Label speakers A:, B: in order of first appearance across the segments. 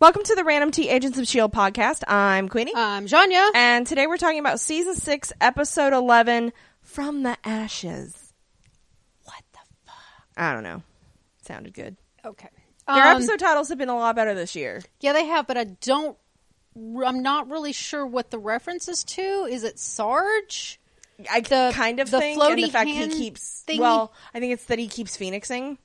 A: Welcome to the Random T Agents of S.H.I.E.L.D. E podcast. I'm Queenie.
B: Um, Janya.
A: and today we're talking about season six, episode 11, From the Ashes. What the fuck? I don't know. Sounded good.
B: Okay.
A: Their
B: Um,
A: episode titles have been a lot better this year.
B: Yeah, they have, but I don't. I'm not really sure what the reference is to. Is it Sarge?
A: I
B: the-
A: kind of
B: the
A: think, and the
B: floaty
A: fact he
B: hand
A: keeps,
B: thingy.
A: well, I think it's that he keeps phoenixing.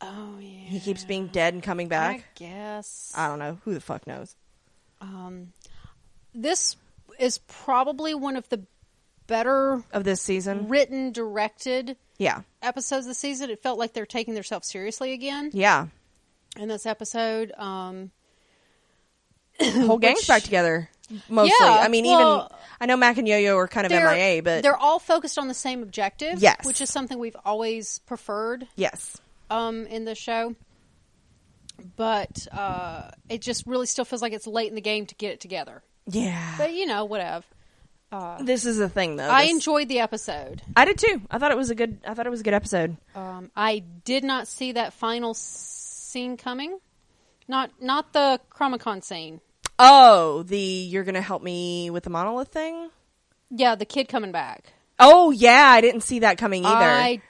B: Oh yeah.
A: He keeps being dead and coming
B: I
A: back. Uh.
B: guess.
A: I don't know. Who the fuck knows?
B: um, this is probably one of the better
A: Of this season?
B: written, directed
A: Yeah.
B: episodes this season. It felt like they're taking themselves seriously again
A: Yeah.
B: in this episode. Um,
A: whole gang's
B: Which-
A: back together. Mostly.
B: Yeah,
A: I mean,
B: well,
A: even I know Mac and Yo Yo are kind of
B: they're-
A: MIA, but
B: they're all focused on the same objective.
A: Yes.
B: which is something we've always preferred.
A: yes,
B: um, in the show. But uh, it just really still feels like it's late in the game to get it together.
A: yeah.
B: But you know, whatever. Uh,
A: this is the thing, though.
B: I
A: This-
B: enjoyed the episode.
A: I did too. I thought it was a good. I thought it was a good episode.
B: Um, I did not see that final s- scene coming. Not not the Chromacon scene.
A: Oh, the you're gonna help me with the monolith thing.
B: Yeah, the kid coming back.
A: Oh yeah, I didn't see that coming either. I,
B: I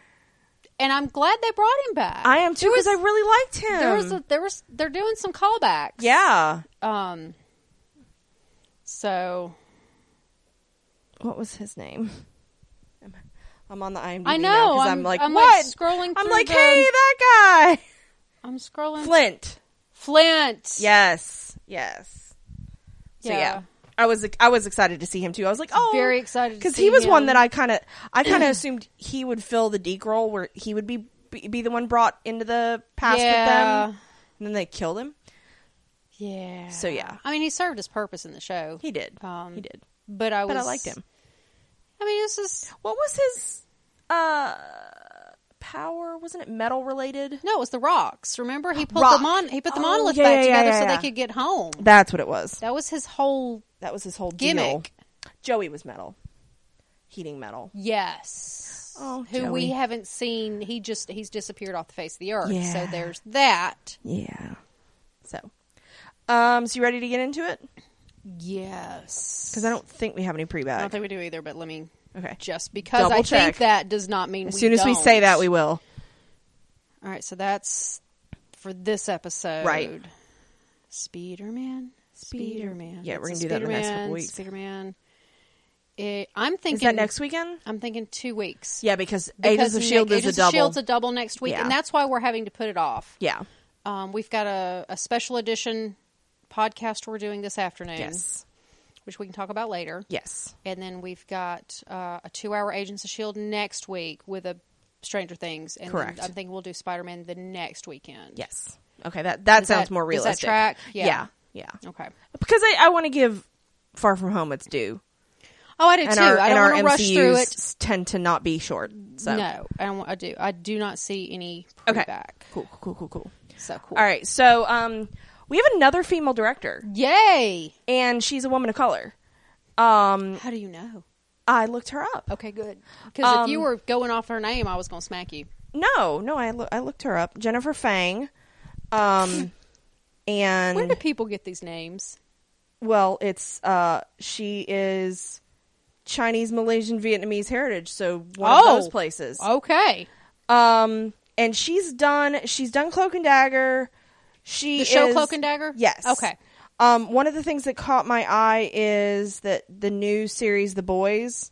B: and I'm glad they brought him back.
A: am too because I really liked him.
B: there was a, there was they're doing some callbacks.
A: yeah.
B: Um. So
A: What was his name? I'm on the IMDb.
B: I
A: now
B: know.
A: 'cause
B: I'm,
A: I'm, like
B: I'm
A: what?
B: scrolling.
A: I'm
B: through
A: like,
B: the-
A: hey, that guy,
B: I'm scrolling.
A: Flint.
B: Flint.
A: Yes, yes. So yeah.
B: Yeah.
A: I was I was excited to see him too. I was like, oh,
B: Very excited to
A: because
B: see
A: he was one
B: him.
A: that I kind of I kind of assumed he would fill the deke role where he would be be the one brought into the past
B: Yeah.
A: with them, and then they killed him.
B: Yeah.
A: So, yeah.
B: I mean, he served his purpose in the show.
A: He did,
B: Um,
A: he did,
B: But I was.
A: but I liked him.
B: I mean, this is
A: What was his uh power? Wasn't it metal related?
B: no. It was the rocks. Remember, he put
A: Rock.
B: the mon. He put the
A: Oh,
B: monolith
A: yeah,
B: back
A: yeah, yeah,
B: together
A: yeah,
B: so
A: yeah.
B: they could get home.
A: That's what it was.
B: That was his whole.
A: That was his whole
B: Gimmick.
A: Deal. Joey was metal, heating metal.
B: Yes.
A: Oh,
B: who
A: Joey.
B: we haven't seen. He just he's disappeared off the face of the earth.
A: Yeah.
B: So there's that.
A: Yeah. So, um, so you ready to get into it?
B: Yes.
A: Because I don't think we have any pre
B: I
A: bag.
B: don't think we do either. But let me.
A: okay.
B: Just because
A: Double
B: I
A: check.
B: think that does not mean
A: As
B: we
A: soon as we
B: don't.
A: say that, we will.
B: All right, so that's for this episode.
A: Right.
B: Spider-Man. Spider-Man.
A: Yeah, we're gonna
B: It's
A: do that in the next couple
B: Spider-Man,
A: weeks.
B: Spider-Man. Eh, I'm thinking
A: Is that next weekend?
B: I'm thinking 2 weeks.
A: Yeah, because, Agents
B: Because
A: of Shield
B: ne-
A: E is
B: Agents
A: a double.
B: of Shield's a double next week,
A: Yeah.
B: and that's why we're having to put it off.
A: yeah.
B: Um, we've got a, a special edition podcast we're doing this afternoon,
A: Yes.
B: which we can talk about later.
A: Yes.
B: And then we've got uh, a two hour Agents of S.H.I.E.L.D. E next week with a Stranger Things. And then
A: Correct.
B: I'm thinking we'll do Spider Man the next weekend.
A: Yes. Okay. That that
B: Does
A: sounds
B: that-
A: more
B: does that
A: realistic.
B: track? Yeah.
A: Yeah. Yeah.
B: Okay.
A: Because I, I want to give Far From Home its due,
B: Oh, I do
A: and
B: too.
A: our
B: I
A: and
B: don't
A: our
B: want to rush through
A: MCU's
B: it.
A: s- tend to not be short. So
B: No, I don't. want- I do. I do not see any
A: Okay.
B: okay. back.
A: Cool. Cool. Cool. Cool.
B: So cool.
A: All right. So um, we have another female director,
B: Yay!
A: and she's a woman of color. Um,
B: How do you know?
A: I looked her up.
B: Okay, good. Because if
A: Um,
B: you were going off her name, I was going to smack you.
A: No, no, I, loo- I looked her up. Jennifer Fang. Um, and
B: Where do people get these names?
A: well, it's uh, she is Chinese, Malaysian, Vietnamese heritage, so one
B: Oh.
A: of those places.
B: Okay,
A: Um, and she's done she's done Cloak and Dagger. She
B: the show
A: is-
B: Cloak and Dagger.
A: Yes.
B: Okay.
A: Um, one of the things that caught my eye is that the new series, The Boys,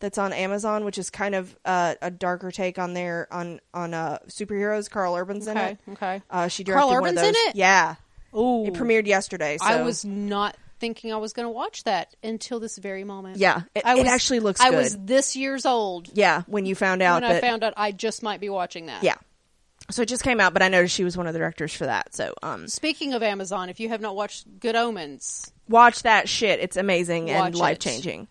A: that's on Amazon, which is kind of uh, a darker take on their on on uh, superheroes. Carl Urban's in
B: Okay,
A: it.
B: okay.
A: Uh, she directed
B: Carl
A: one of
B: Urban's
A: those.
B: in it?
A: Yeah.
B: Oh,
A: It premiered yesterday. So.
B: I was not thinking I was going to watch that until this very moment.
A: Yeah, it-
B: I
A: it actually looks
B: I
A: good.
B: was this years old
A: Yeah, when you found out
B: when I
A: that.
B: found out I just might be watching that.
A: yeah. So it just came out, but I noticed she was one of the directors for that. So um,
B: Speaking of Amazon, if you have not watched Good Omens,
A: watch that shit. It's amazing and
B: Watch it.
A: life changing.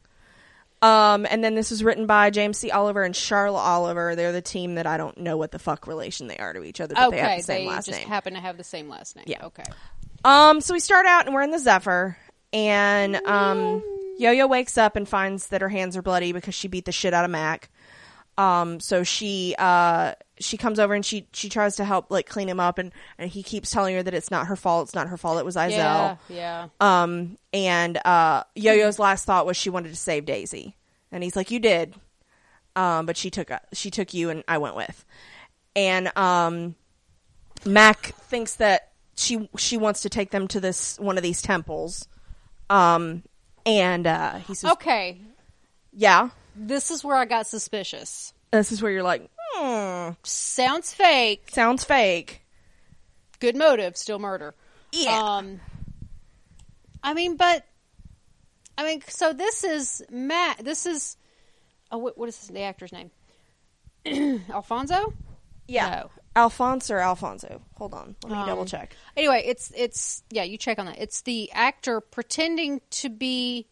A: Um, and then this was written by James C. Oliver and Charlotte Oliver. They're the team that I don't know what the fuck relation they are to each other, but
B: okay,
A: they have the same last
B: just
A: name.
B: happen to have the same last name.
A: Yeah.
B: Okay.
A: um, so we start out and we're in the Zephyr, and um, Yo Yo wakes up and finds that her hands are bloody because she beat the shit out of Mac. Um, so she uh, she comes over and she she tries to help like clean him up, and and he keeps telling her that it's not her fault. It's not her fault. It was Izelle.
B: Yeah, yeah.
A: Um, and uh, Yo Yo's last thought was she wanted to save Daisy, and he's like, "You did," um, but she took she took you, and I went with. And um, Mac thinks that she she wants to take them to this one of these temples. Um, and uh, he says,
B: okay,
A: "Yeah,
B: this is where I got suspicious.
A: this is where you're like, hmm,
B: Sounds fake.
A: sounds fake."
B: Good motive, still murder.
A: Yeah.
B: Um, I mean, but I mean, so this is Matt. This is oh, what, what is the actor's name? Alfonso.
A: Yeah,
B: No.
A: Alfonso, or Alfonso. Hold on, let me
B: Um,
A: double check.
B: Anyway, it's it's yeah, you check on that. It's the actor pretending to be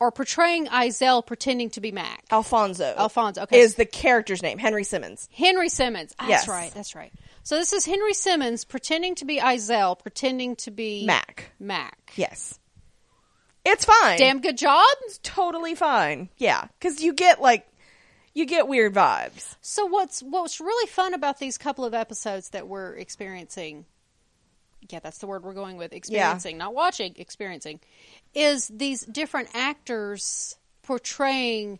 B: or portraying Isel pretending to be Mac.
A: Alfonso.
B: Alfonso, okay.
A: Is the character's name Henry Simmons?
B: Henry Simmons. Ah,
A: Yes.
B: That's right. That's right. So this is Henry Simmons pretending to be Isel, pretending to be
A: Mac.
B: Mac.
A: Yes. It's fine.
B: Damn good job.
A: totally fine. Yeah, because you get like you get weird vibes.
B: So what's what's really fun about these couple of episodes that we're experiencing? Yeah, that's the word we're going with. Experiencing, not watching, experiencing, is these different actors portraying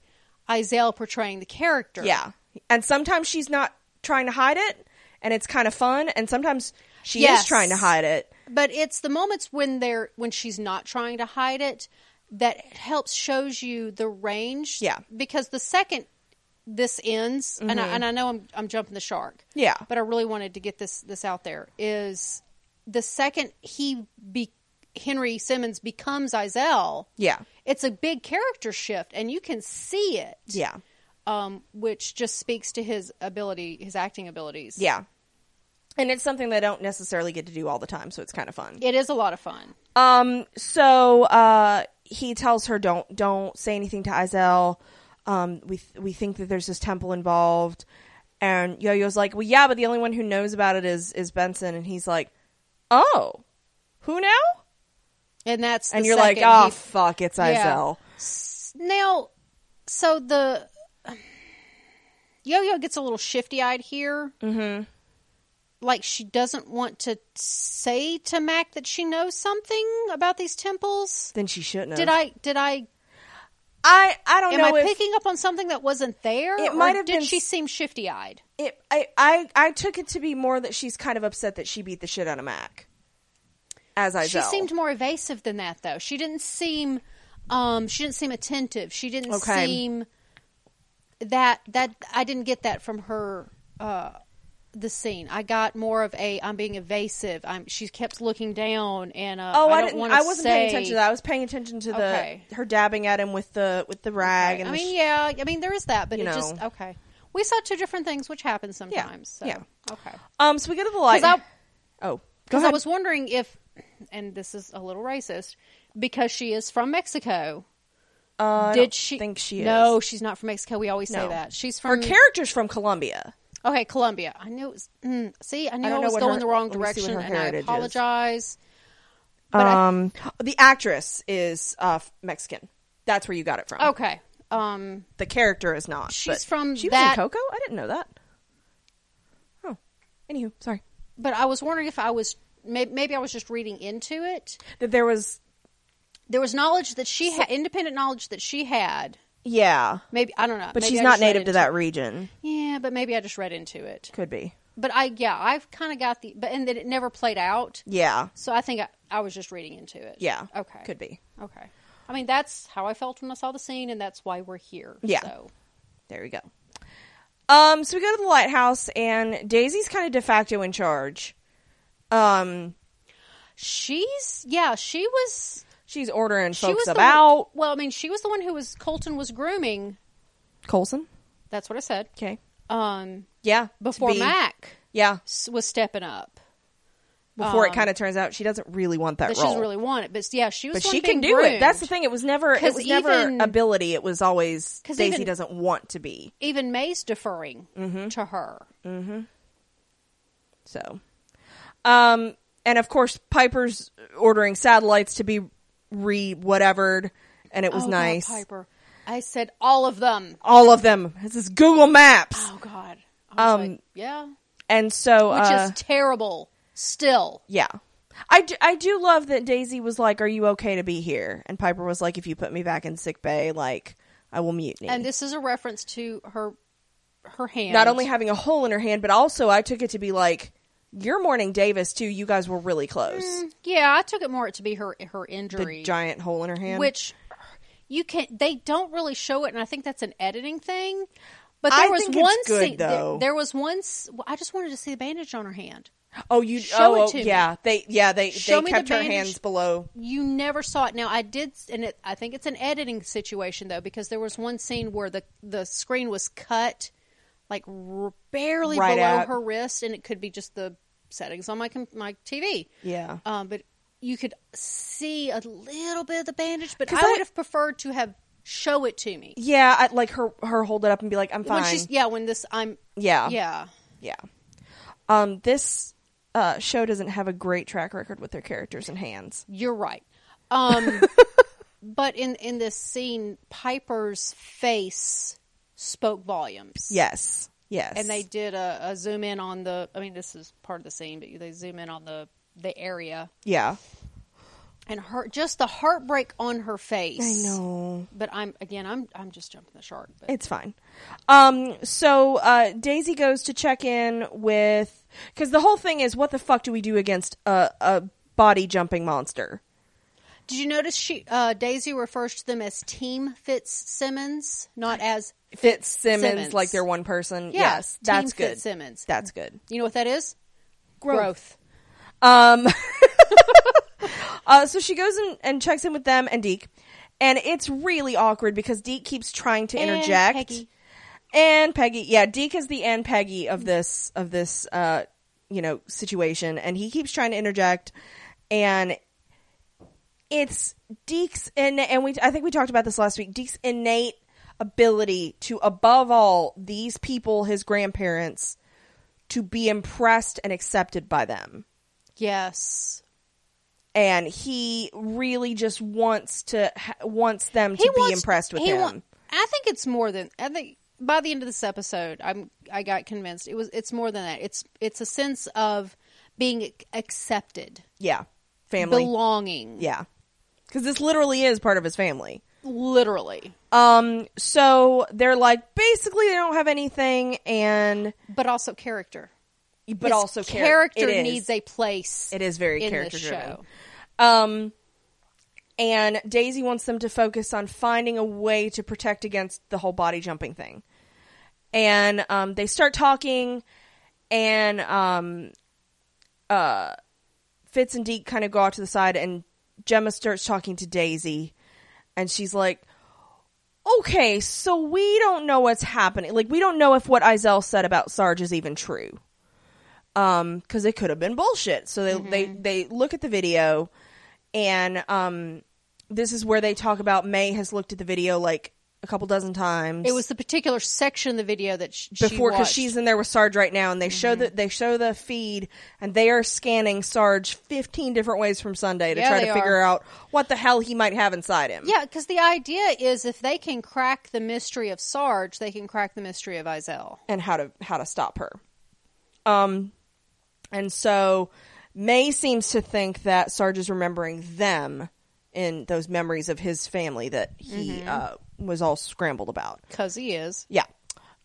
B: Isel portraying the character.
A: Yeah, and sometimes she's not trying to hide it, and it's kind of fun. And sometimes she is
B: Yes.
A: trying to hide it.
B: But it's the moments when they're when she's not trying to hide it that helps shows you the range.
A: Yeah. Mm-hmm.
B: Because the second this ends, and I, and I know I'm I'm jumping the shark.
A: Yeah.
B: But I really wanted to get this this out there is the second he be Henry Simmons becomes Isel.
A: Yeah,
B: It's a big character shift, and you can see it.
A: yeah,
B: Um, which just speaks to his ability, his acting abilities.
A: yeah. And it's something they don't necessarily get to do all the time, so it's kind of fun.
B: It is a lot of fun.
A: Um, so uh, he tells her, "Don't don't say anything to Izel. Um, we th- we think that there's this temple involved." And Yo Yo's like, "Well, yeah, but the only one who knows about it is is Benson." And he's like, "Oh, who now?"
B: And that's
A: And
B: the
A: you're like,
B: second
A: "Oh,
B: he
A: fuck, it's
B: Yeah.
A: Izel."
B: S- Now, so the Yo Yo gets a little shifty eyed here. Mm-hmm. Like she doesn't want to say to Mac that she knows something about these temples.
A: Then she shouldn't. Have.
B: Did I? Did I?
A: I I don't
B: Am
A: know
B: I
A: if
B: picking up on something that wasn't there?
A: It
B: Or
A: might have
B: Did
A: been
B: she
A: s-
B: seem shifty eyed?
A: it. I, I I took it to be more that she's kind of upset that she beat the shit out of Mac. As Izel,
B: She seemed more evasive than that, though. She didn't seem. Um, she didn't seem attentive. She didn't
A: Okay.
B: seem that that I didn't get that from her. Uh, the scene. I got more of a I'm being evasive. I'm. She kept looking down, and uh,
A: Oh, I,
B: I, don't
A: didn't.
B: want
A: I wasn't paying attention to
B: that.
A: that. I was paying attention to the
B: Okay.
A: her dabbing at him with the with the rag. And
B: I
A: the
B: mean,
A: sh-
B: yeah. I mean, there is that, but it
A: you
B: just
A: know.
B: okay. We saw two different things, which happens sometimes.
A: yeah.
B: So, Okay.
A: Um. So we go to the light.
B: 'Cause
A: oh, go
B: Because I
A: ahead.
B: was wondering if, and this is a little racist, because she is from Mexico.
A: uh, I
B: did
A: don't
B: she
A: think she?
B: No,
A: Is.
B: she's not from Mexico. We always say
A: No.
B: that she's
A: Her
B: from
A: character's from Colombia.
B: okay Colombia. I knew it was. Mm, see, I knew I,
A: don't know
B: was
A: what
B: going
A: her-
B: the wrong
A: let me see what
B: direction,
A: her
B: and I
A: heritage is.
B: apologize. But I-
A: Um. the actress is uh f- Mexican. That's where you got it from.
B: okay, um,
A: The character is not.
B: Oh.
A: but
B: She's from
A: She
B: that-
A: was in Coco. I didn't know that. Oh. Anywho, sorry
B: but I was wondering if I was maybe, maybe I was just reading into it.
A: that there was.
B: There was knowledge that she had, independent knowledge that she had.
A: Yeah,
B: Maybe I don't know,
A: but
B: Maybe
A: she's
B: I
A: not
B: just read
A: native to
B: into-
A: that region.
B: Yeah, but maybe I just read into it.
A: Could be.
B: But I, yeah, I've kind of got the, but and then it never played out.
A: Yeah.
B: So I think I, I was just reading into it.
A: Yeah.
B: Okay.
A: Could be.
B: Okay. I mean, that's how I felt when I saw the scene, and that's why we're here.
A: Yeah.
B: So.
A: There we go. Um, so we go to the lighthouse, and Daisy's kind of de facto in charge. Um,
B: She's yeah, she was
A: she's ordering
B: she
A: folks
B: was the one-
A: about
B: well, I mean, she was the one who was Colton was grooming.
A: Colson.
B: That's what I said.
A: Okay,
B: Um,
A: yeah. to
B: before
A: be-
B: Mac
A: yeah.
B: s- was stepping up,
A: Before it
B: Um,
A: kind of turns out she doesn't really want that
B: that she
A: role,
B: doesn't really want it, but yeah, she was.
A: but
B: the one
A: she can
B: being
A: do it. That's the
B: groomed.
A: thing. It was never.
B: 'Cause
A: It was never
B: even-
A: ability. It was always
B: 'Cause
A: Daisy
B: even-
A: doesn't want to be.
B: Even May's deferring
A: Mm-hmm.
B: to her.
A: So, um, and of course Piper's ordering satellites to be re whatevered, and it was
B: Oh, God,
A: nice.
B: Piper. I said all of them.
A: All of them. This is Google Maps.
B: Oh God. I was
A: Um,
B: like, yeah, which
A: And so, uh,
B: is terrible. Still,
A: yeah. I do, I do love that Daisy was like, "Are you okay to be here?" And Piper was like, "If you put me back in sick bay, like I will mutiny."
B: and this is a reference to her her hand.
A: Not only having a hole in her hand, but also I took it to be like, "You're mourning Davis too. You guys were really close."
B: Mm. yeah, I took it more to be her her
A: The
B: injury,
A: giant hole in her hand,
B: which you can they don't really show it, and I think that's an editing thing. But
A: I
B: there was
A: think it's
B: one
A: good,
B: scene. there-
A: though.
B: There, was one. s- well, I just wanted to see the bandage on her hand.
A: Oh, you oh,
B: Show it
A: oh,
B: to me.
A: yeah. They yeah, they
B: Show
A: they
B: me
A: kept
B: the
A: her
B: bandage.
A: hands below.
B: You never saw it. Now I did, and it, I think it's an editing situation though, because there was one scene where the the screen was cut, like r- barely
A: Right
B: below
A: at-
B: her wrist, and it could be just the settings on my com- my TV.
A: Yeah.
B: um, but you could see a little bit of the bandage. But
A: 'Cause
B: I
A: I-
B: would have preferred to have show it to me
A: Yeah, I, like her her hold it up and be like, "I'm fine."
B: when she's yeah when this I'm
A: yeah.
B: yeah
A: Yeah. Um this uh show doesn't have a great track record with their characters and hands.
B: you're right. Um, but in in this scene, Piper's face spoke volumes.
A: Yes. Yes.
B: and they did a, a zoom in on the. I mean, this is part of the scene, but they zoom in on the the area
A: Yeah.
B: and her just the heartbreak on her face.
A: I know.
B: But I'm again, I'm I'm just jumping the shark. But
A: It's fine. Um, so uh, Daisy goes to check in with because the whole thing is, what the fuck do we do against a, a body jumping monster?
B: Did you notice she uh, Daisy refers to them as Team Fitzsimmons, not as
A: Fitzsimmons,
B: Simmons.
A: like they're one person.
B: Yeah,
A: yes, that's
B: Team
A: good.
B: Fitzsimmons.
A: That's good.
B: you know what that is?
A: Um, uh, so she goes in and checks in with them and Deke, and it's really awkward because Deke keeps trying to
B: And
A: interject.
B: Peggy.
A: And Peggy, yeah, Deke is the and Peggy of this of this uh, you know situation, and he keeps trying to interject, and it's Deke's in, and we I think we talked about this last week. Deke's innate ability to, above all, these people, his grandparents, to be impressed and accepted by them
B: Yes.
A: and he really just wants to ha- wants them to be impressed with
B: he
A: him.
B: wa- I think it's more than I think by the end of this episode, I'm I got convinced it was it's more than that. It's it's a sense of being ac- accepted,
A: yeah, family.
B: belonging,
A: yeah, because this literally is part of his family.
B: literally.
A: Um, so they're like basically they don't have anything, and
B: But also character.
A: but
B: His
A: also char-
B: character
A: it is.
B: needs a place.
A: It is very
B: in
A: character
B: this
A: driven.
B: show.
A: Um, and Daisy wants them to focus on finding a way to protect against the whole body jumping thing. And um, they start talking, and um, uh, Fitz and Deke kind of go out to the side, and Gemma starts talking to Daisy, and she's like, "Okay, so we don't know what's happening. Like, we don't know if what Isel said about Sarge is even true." um because it could have been bullshit so they they they look at the video and um this is where they talk about may has looked at the video like a couple dozen times
B: It was the particular section of the video that sh-
A: before because
B: because
A: she's in there with sarge right now and they show
B: Mm-hmm.
A: the they show the feed and they are scanning sarge 15 different ways from sunday to
B: Yeah,
A: try
B: they
A: to
B: are.
A: figure out what the hell he might have inside him
B: Yeah, because the idea is if they can crack the mystery of Sarge, they can crack the mystery of Isel.
A: and how to how to stop her. Um, and so May seems to think that Sarge is remembering them in those memories of his family that he
B: Mm-hmm.
A: uh, was all scrambled about.
B: Because he is.
A: Yeah.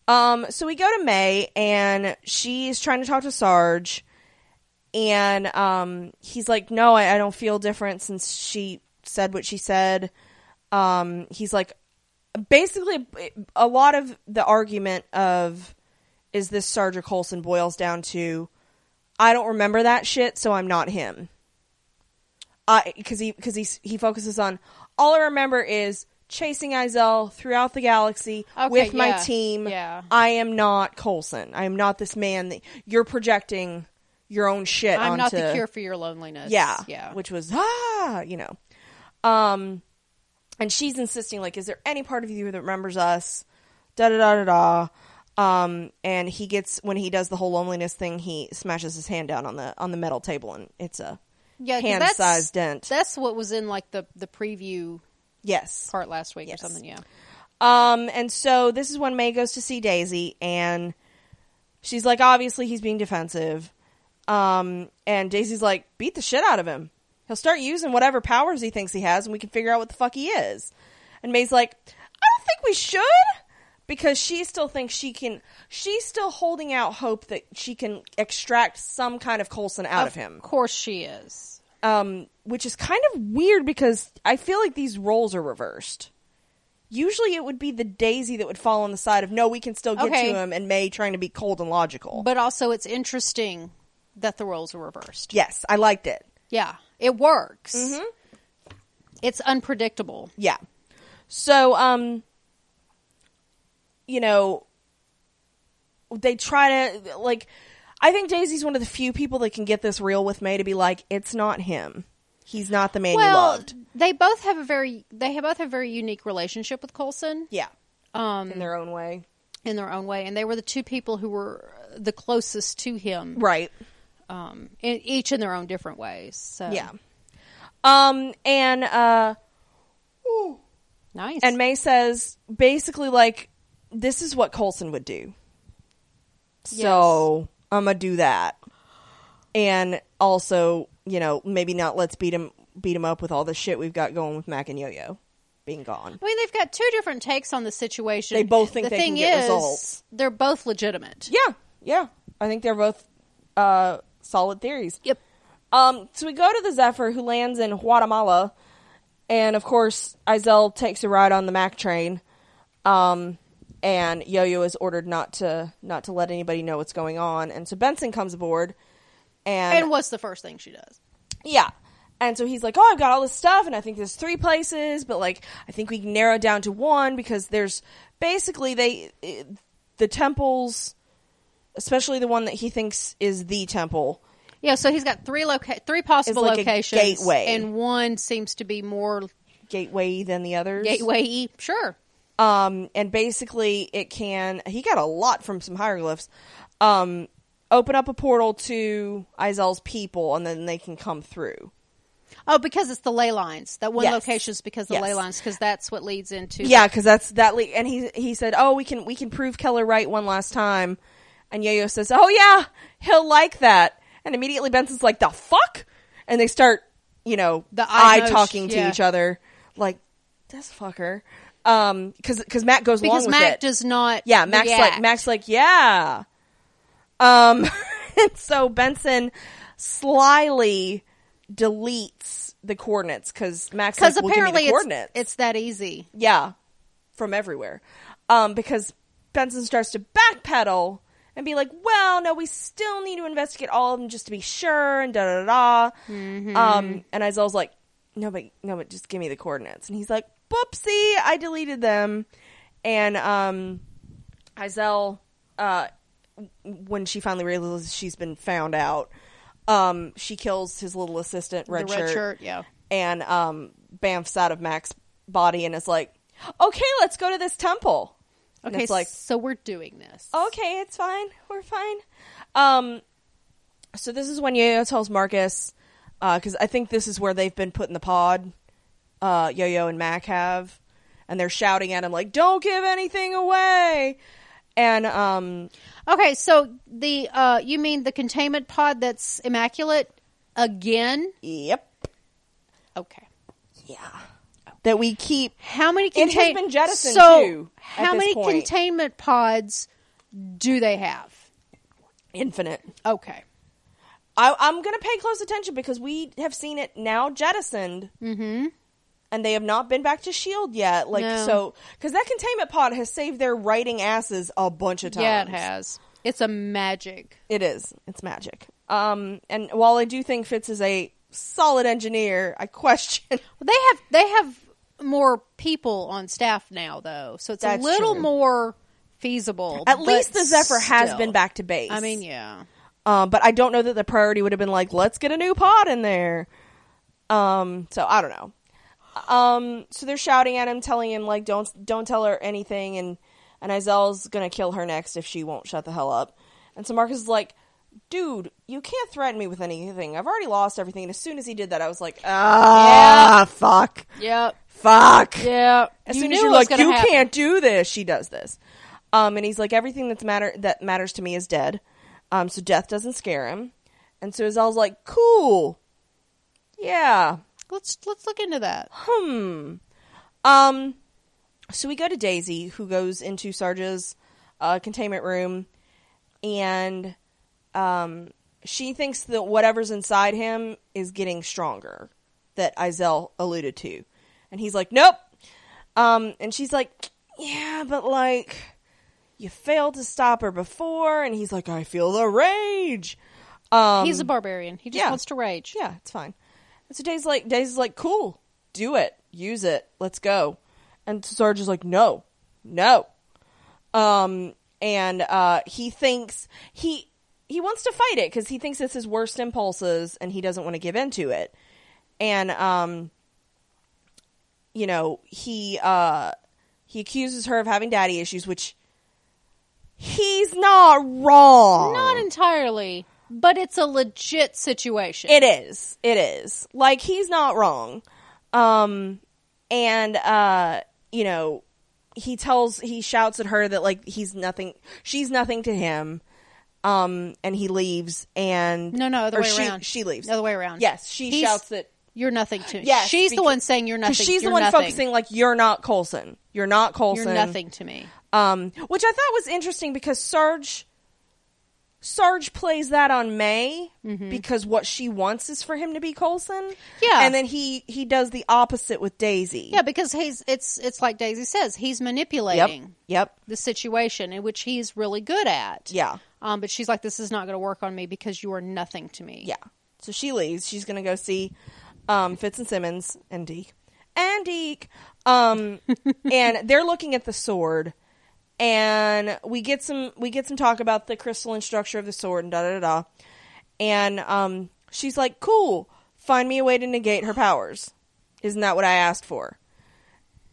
A: Um, so we go to May, and she's trying to talk to Sarge, and um, he's like, "No, I, I don't feel different since she said what she said." Um, he's like, basically, a lot of the argument of is this Sarge or Colson boils down to, I don't remember that shit, so I'm not him. I because he because he he focuses on all I remember is chasing Izell throughout the galaxy
B: Okay,
A: with my
B: yeah,
A: team.
B: yeah.
A: I am not Colson. I am not this man that you're projecting your own shit
B: I'm
A: onto.
B: not the cure for your loneliness.
A: Yeah,
B: Yeah.
A: Which was ah, you know, um, and she's insisting like, is there any part of you that remembers us? Da da da da da. Um, and he gets when he does the whole loneliness thing, he smashes his hand down on the on the metal table, and it's a
B: yeah, 'cause
A: hand
B: that's-
A: sized dent.
B: That's what was in like the, the preview
A: yes.
B: part last week
A: Yes.
B: or something. Yeah.
A: Um, and so this is when May goes to see Daisy, and she's like, obviously he's being defensive. Um, and Daisy's like, beat the shit out of him. He'll start using whatever powers he thinks he has, and we can figure out what the fuck he is. And May's like, I don't think we should because she still thinks she can she's still holding out hope that she can extract some kind of colson out of, him
B: Of course she is.
A: um, which is kind of weird because i feel like these roles are reversed usually it would be the daisy that would fall on the side of no we can still get
B: Okay.
A: to him and may trying to be cold and logical
B: But also, it's interesting that the roles are reversed.
A: yes i liked it
B: Yeah, it works.
A: Mm-hmm.
B: It's unpredictable.
A: Yeah. So, um, you know, they try to, like, I think Daisy's one of the few people that can get this real with May to be like, it's not him. He's not the man you
B: Well,
A: loved.
B: they both have a very they have both have a very unique relationship with Colson
A: Yeah.
B: um,
A: In their own way.
B: in their own way, and they were the two people who were the closest to him,
A: Right.
B: um, in, each in their own different ways. So
A: Yeah. Um, and, uh,
B: nice.
A: and May says basically, like, this is what Colson would do. So I'm gonna do that, and also, you know, maybe not. Let's beat him, beat him up with all the shit we've got going with Mac and Yo-Yo being gone.
B: I mean, they've got two different takes on the situation.
A: They both think
B: the
A: they can
B: thing
A: get
B: is,
A: results.
B: They're both legitimate.
A: Yeah, yeah. I think they're both uh, solid theories.
B: Yep.
A: Um, so we go to the Zephyr, who lands in Guatemala, and of course, Izel takes a ride on the Mac train. Um, and Yo-Yo is ordered not to not to let anybody know what's going on, and so Benson comes aboard,
B: And what's the first thing she does?
A: Yeah. And so he's like, "Oh, I've got all this stuff, and I think there's three places, but like, I think we can narrow it down to one because there's basically they eh, the temples, especially the one that he thinks is the temple.
B: Yeah, so he's got three loca- three possible
A: like a
B: locations,
A: gateway.
B: and one seems to be more
A: Gateway than the others.
B: gateway. Sure,
A: Um, and basically, it can. He got a lot from some hieroglyphs. Um, open up a portal to Izel's people, and then they can come through.
B: Oh, because it's the ley lines. That one
A: Yes.
B: location is because the
A: Yes.
B: ley lines, because that's what leads into.
A: Yeah, because that's that. Le- and he he said, "Oh, we can we can prove Keller right one last time." And Yo-Yo says, "Oh yeah, he'll like that." And immediately Benson's like, "The fuck!" And they start, you know,
B: The eye
A: eye
B: motion,
A: talking to
B: yeah.
A: each other, like this fucker, um, because because Matt goes along
B: because
A: with
B: Mac
A: it.
B: does not.
A: yeah, Mac's like
B: react.
A: Mac's like yeah, um, and so Benson slyly deletes the coordinates because Max
B: because
A: like, "Well, give me the
B: apparently it's,
A: coordinates."
B: it's that easy.
A: Yeah, from everywhere. Um, because Benson starts to backpedal and be like, "Well, no, we still need to investigate all of them just to be sure." And da da da. da.
B: Mm-hmm.
A: Um, and Izel's like, "No, but no, but just give me the coordinates." And he's like, "Whoopsie, I deleted them." And um, Izel, uh, w- when she finally realizes she's been found out, um, she kills his little assistant,
B: The red shirt, yeah.
A: and um, bamfs out of Mac's body and is like, "Okay, let's go to this temple." And
B: Okay,
A: it's like,
B: so we're doing this.
A: "Okay, it's fine. We're fine." Um, so this is when Yo-Yo tells Marcus, because I think this is where they've been put in the pod. Uh, Yo-Yo and Mac have, and they're shouting at him like, "Don't give anything away." And um,
B: okay. So the uh, you mean the containment pod that's immaculate again?
A: yep,
B: Okay.
A: yeah, that we keep.
B: How many
A: It has
B: contain-
A: been jettisoned,
B: so
A: too, at
B: how
A: this
B: many
A: point.
B: containment pods do they have?
A: Infinite.
B: Okay.
A: I, I'm going to pay close attention because we have seen it now jettisoned, mm-hmm. and they have not been back to Shield E yet. Like
B: No.
A: so, because that containment pod has saved their writing asses a bunch of times.
B: Yeah, it has. It's a magic.
A: It is. It's magic. Um, and while I do think Fitz is a solid engineer, I question.
B: Well, they have they have more people on staff now, though, so it's
A: That's
B: a little
A: true.
B: more feasible.
A: At
B: but
A: least the Zephyr has
B: still.
A: been back to base.
B: I mean, yeah,
A: Um, but I don't know that the priority would have been like, let's get a new pod in there. Um, so I don't know. Um, so they're shouting at him, telling him like, don't don't tell her anything, and and Izel's gonna kill her next if she won't shut the hell up. And so Marcus is like, dude, you can't threaten me with anything. I've already lost everything. And as soon as he did that, I was like, ah, fuck,
B: yep.
A: fuck.
B: Yeah.
A: As
B: you
A: soon
B: knew
A: as
B: it
A: you're
B: was
A: like,
B: gonna
A: you
B: happen.
A: can't do this, she does this. Um, and he's like, everything that's matter that matters to me is dead. Um, so death doesn't scare him. And so Azel's like, cool. Yeah.
B: Let's let's look into that.
A: Hmm. Um. So we go to Daisy, who goes into Sarge's uh, containment room, and um, she thinks that whatever's inside him is getting stronger, that Izel alluded to, and he's like, "Nope." Um, and she's like, "Yeah, but like, you failed to stop her before," and he's like, "I feel the rage." Um,
B: He's a barbarian. He just
A: yeah.
B: wants to rage.
A: yeah, it's fine. And so Days like Days is like, cool, do it, use it, let's go. And Sarge is like, no, no. Um, and uh, he thinks he he wants to fight it because he thinks it's his worst impulses, and he doesn't want to give in to it. And um, you know he uh he accuses her of having daddy issues, which he's not wrong.
B: Not entirely, but it's a legit situation.
A: It is. It is. Like he's not wrong. Um and uh you know, he tells he shouts at her that like he's nothing she's nothing to him. Um and he leaves and
B: no, no, other
A: or
B: way
A: she,
B: around.
A: She leaves.
B: The other way around.
A: Yes, she
B: He's-
A: shouts that
B: You're nothing to me.
A: Yes,
B: she's the
A: because-
B: one saying you're nothing.
A: because she's the
B: You're
A: one
B: nothing.
A: focusing like you're not Colson. You're not Colson.
B: You're nothing to me.
A: Um, which I thought was interesting because Sarge Sarge plays that on May because what she wants is for him to be Colson.
B: Mm-hmm. Yeah.
A: and then he he does the opposite with Daisy.
B: Yeah, because he's it's it's like Daisy says, he's manipulating
A: Yep. Yep.
B: the situation in which he's really good at.
A: Yeah.
B: Um, but she's like, this is not going to work on me because you are nothing to me.
A: Yeah. So she leaves. She's gonna go see um, Fitz and Simmons and Deke and Deke. Um, and they're looking at the sword, and we get some we get some talk about the crystalline structure of the sword and da da da da. And um, she's like, "Cool, find me a way to negate her powers." Isn't that what I asked for?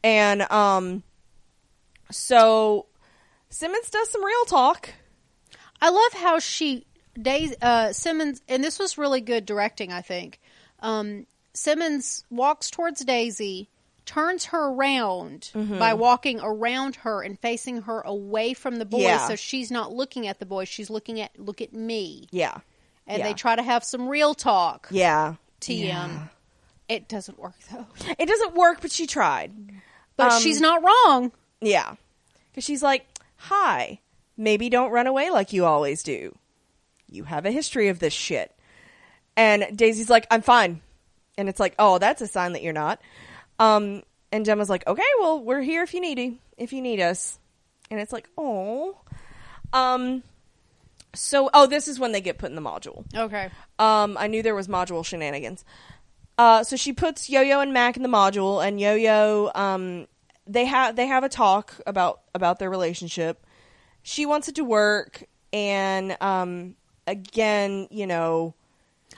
A: And um, so Simmons does some real talk.
B: I love how she Daisy uh, Simmons, and this was really good directing. I think um, Simmons walks towards Daisy, turns her around
A: Mm-hmm.
B: by walking around her and facing her away from the boy,
A: Yeah.
B: so she's not looking at the boy. She's looking at look at me,
A: Yeah,
B: and
A: Yeah.
B: they try to have some real talk.
A: yeah.
B: TM. It doesn't work though.
A: It doesn't work, but she tried.
B: But
A: Um,
B: she's not wrong.
A: Yeah. Because she's like, hi, maybe don't run away like you always do. You have a history of this shit. And Daisy's like, I'm fine. And it's like, oh, that's a sign that you're not. Um, and Gemma's like, okay, well, we're here if you need if you need us. And it's like, oh. Um, so, oh, this is when they get put in the module.
B: Okay.
A: Um, I knew there was module shenanigans. Uh, so she puts Yo-Yo and Mac in the module, and Yo-Yo, um, they have they have a talk about about their relationship. She wants it to work, and um, again, you know,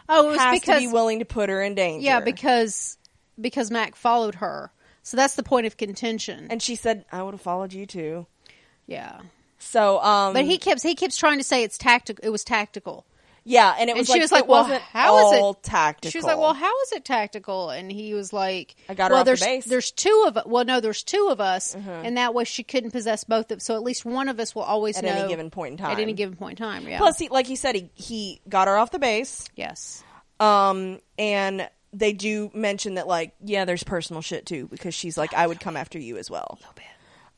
B: Oh, it was
A: has
B: because
A: to be willing to put her in danger.
B: yeah, because because Mac followed her. So that's the point of contention.
A: and she said, "I would have followed you too."
B: yeah.
A: So, um,
B: But he keeps he keeps trying to say it's tactical. It was tactical.
A: yeah, and it
B: And
A: was
B: she
A: like,
B: was like,
A: it
B: "Well,
A: wasn't
B: how is it-
A: all tactical."
B: She was like, "Well, how is it tactical?" And he was like,
A: I got her
B: well,
A: off the
B: there's,
A: base." Mm-hmm.
B: There's two of well, no, there's two of us, and that way she couldn't possess both of. So at least one of us will always
A: at
B: know
A: any given point in time,
B: at any given point in time. Yeah.
A: Plus, he, like you said, he he got her off the base.
B: yes.
A: Um, and they do mention that, like, yeah, there's personal shit too, because she's like, I would come after you as well.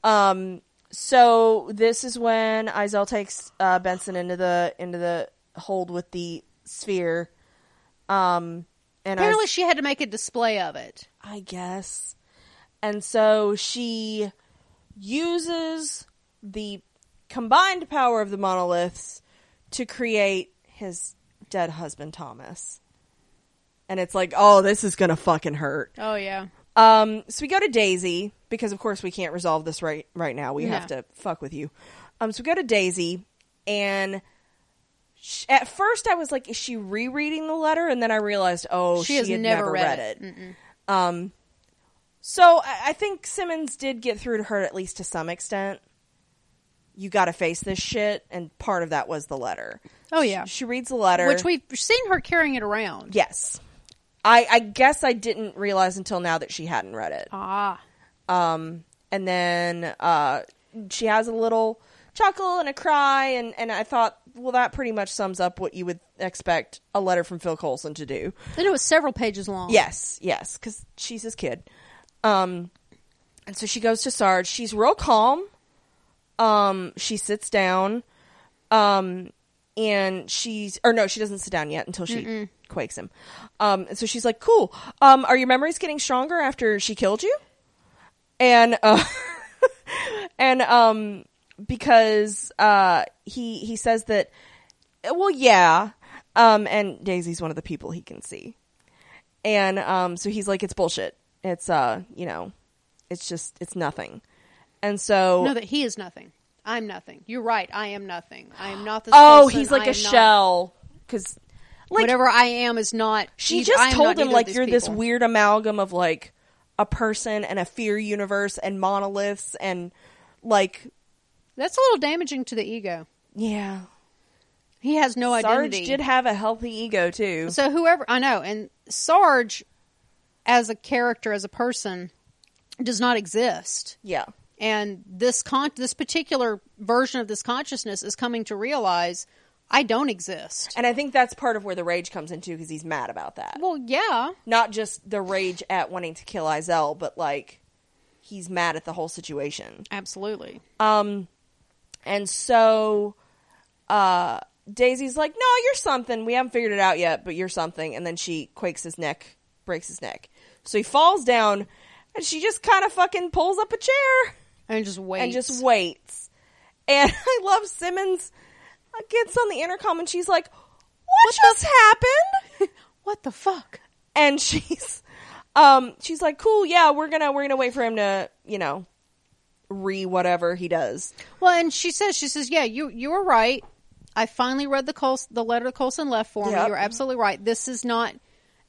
A: Um, so this is when Izel takes uh, Benson into the into the hold with the sphere. Um, and I,
B: Apparently, she had to make a display of it.
A: I guess, and so she uses the combined power of the monoliths to create his dead husband Thomas. And it's like, oh, this is gonna fucking hurt.
B: Oh yeah.
A: Um, so we go to Daisy because, of course, we can't resolve this right right now. We have
B: No.
A: to fuck with you. Um, so we go to Daisy, and sh at first I was like, "Is she rereading the letter?" And then I realized, oh, she,
B: She has
A: had
B: never read
A: it.
B: it.
A: Um, so I, I think Simmons did get through to her at least to some extent. You got to face this shit, and part of that was the letter.
B: Oh, yeah.
A: she, she reads the letter,
B: Which we've seen her carrying it around.
A: yes. I, I guess I didn't realize until now that she hadn't read it.
B: Ah.
A: Um, and then uh, she has a little chuckle and a cry, and, and I thought, well, that pretty much sums up what you would expect a letter from Phil Coulson to do.
B: And it was several pages long.
A: Yes, yes, because she's his kid. Um, and so she goes to Sarge. She's real calm. Um, she sits down. Um, and she's or no, she doesn't sit down yet until she quakes him. Um, and so she's like, "Cool. Um, are your memories getting stronger after she killed you?" And uh, and um, because uh, he he says that, well, yeah. Um, and Daisy's one of the people he can see, and um, so he's like, "It's bullshit. It's uh, you know, it's just it's nothing." And so
B: No, that he is nothing. I'm nothing. You're right. I am nothing. I am not this.
A: Oh,
B: person.
A: he's like
B: I
A: a
B: am not-
A: shell. Because, like,
B: Whatever I am is not.
A: she
B: eith- I
A: just
B: am
A: told
B: not
A: him,
B: either of
A: like,
B: these
A: you're this
B: people.
A: weird amalgam of, like, a person and a fear universe and monoliths and, like,
B: That's a little damaging to the ego.
A: yeah.
B: He has no
A: Sarge
B: identity.
A: did have a healthy ego, too.
B: So whoever I know, and Sarge, as a character, as a person, does not exist.
A: yeah.
B: And this con- this particular version of this consciousness is coming to realize I don't exist.
A: And I think that's part of where the rage comes into because he's mad about that.
B: Well, yeah,
A: Not just the rage at wanting to kill Izelle, but, like, he's mad at the whole situation.
B: absolutely.
A: Um, and so uh, Daisy's like, "No, you're something. We haven't figured it out yet, but you're something." And then she quakes his neck, breaks his neck, so he falls down, and she just kind of fucking pulls up a chair
B: And just wait.
A: and just waits. And I love Simmons uh, gets on the intercom, and she's like, "What, just happened?"
B: what the fuck?
A: and she's um she's like cool yeah we're gonna we're gonna wait for him to you know re whatever he does
B: Well, and she says, she says, yeah, you you were right. I finally read the Cols- the letter Colson left for me.
A: Yep.
B: You're absolutely right. This is not,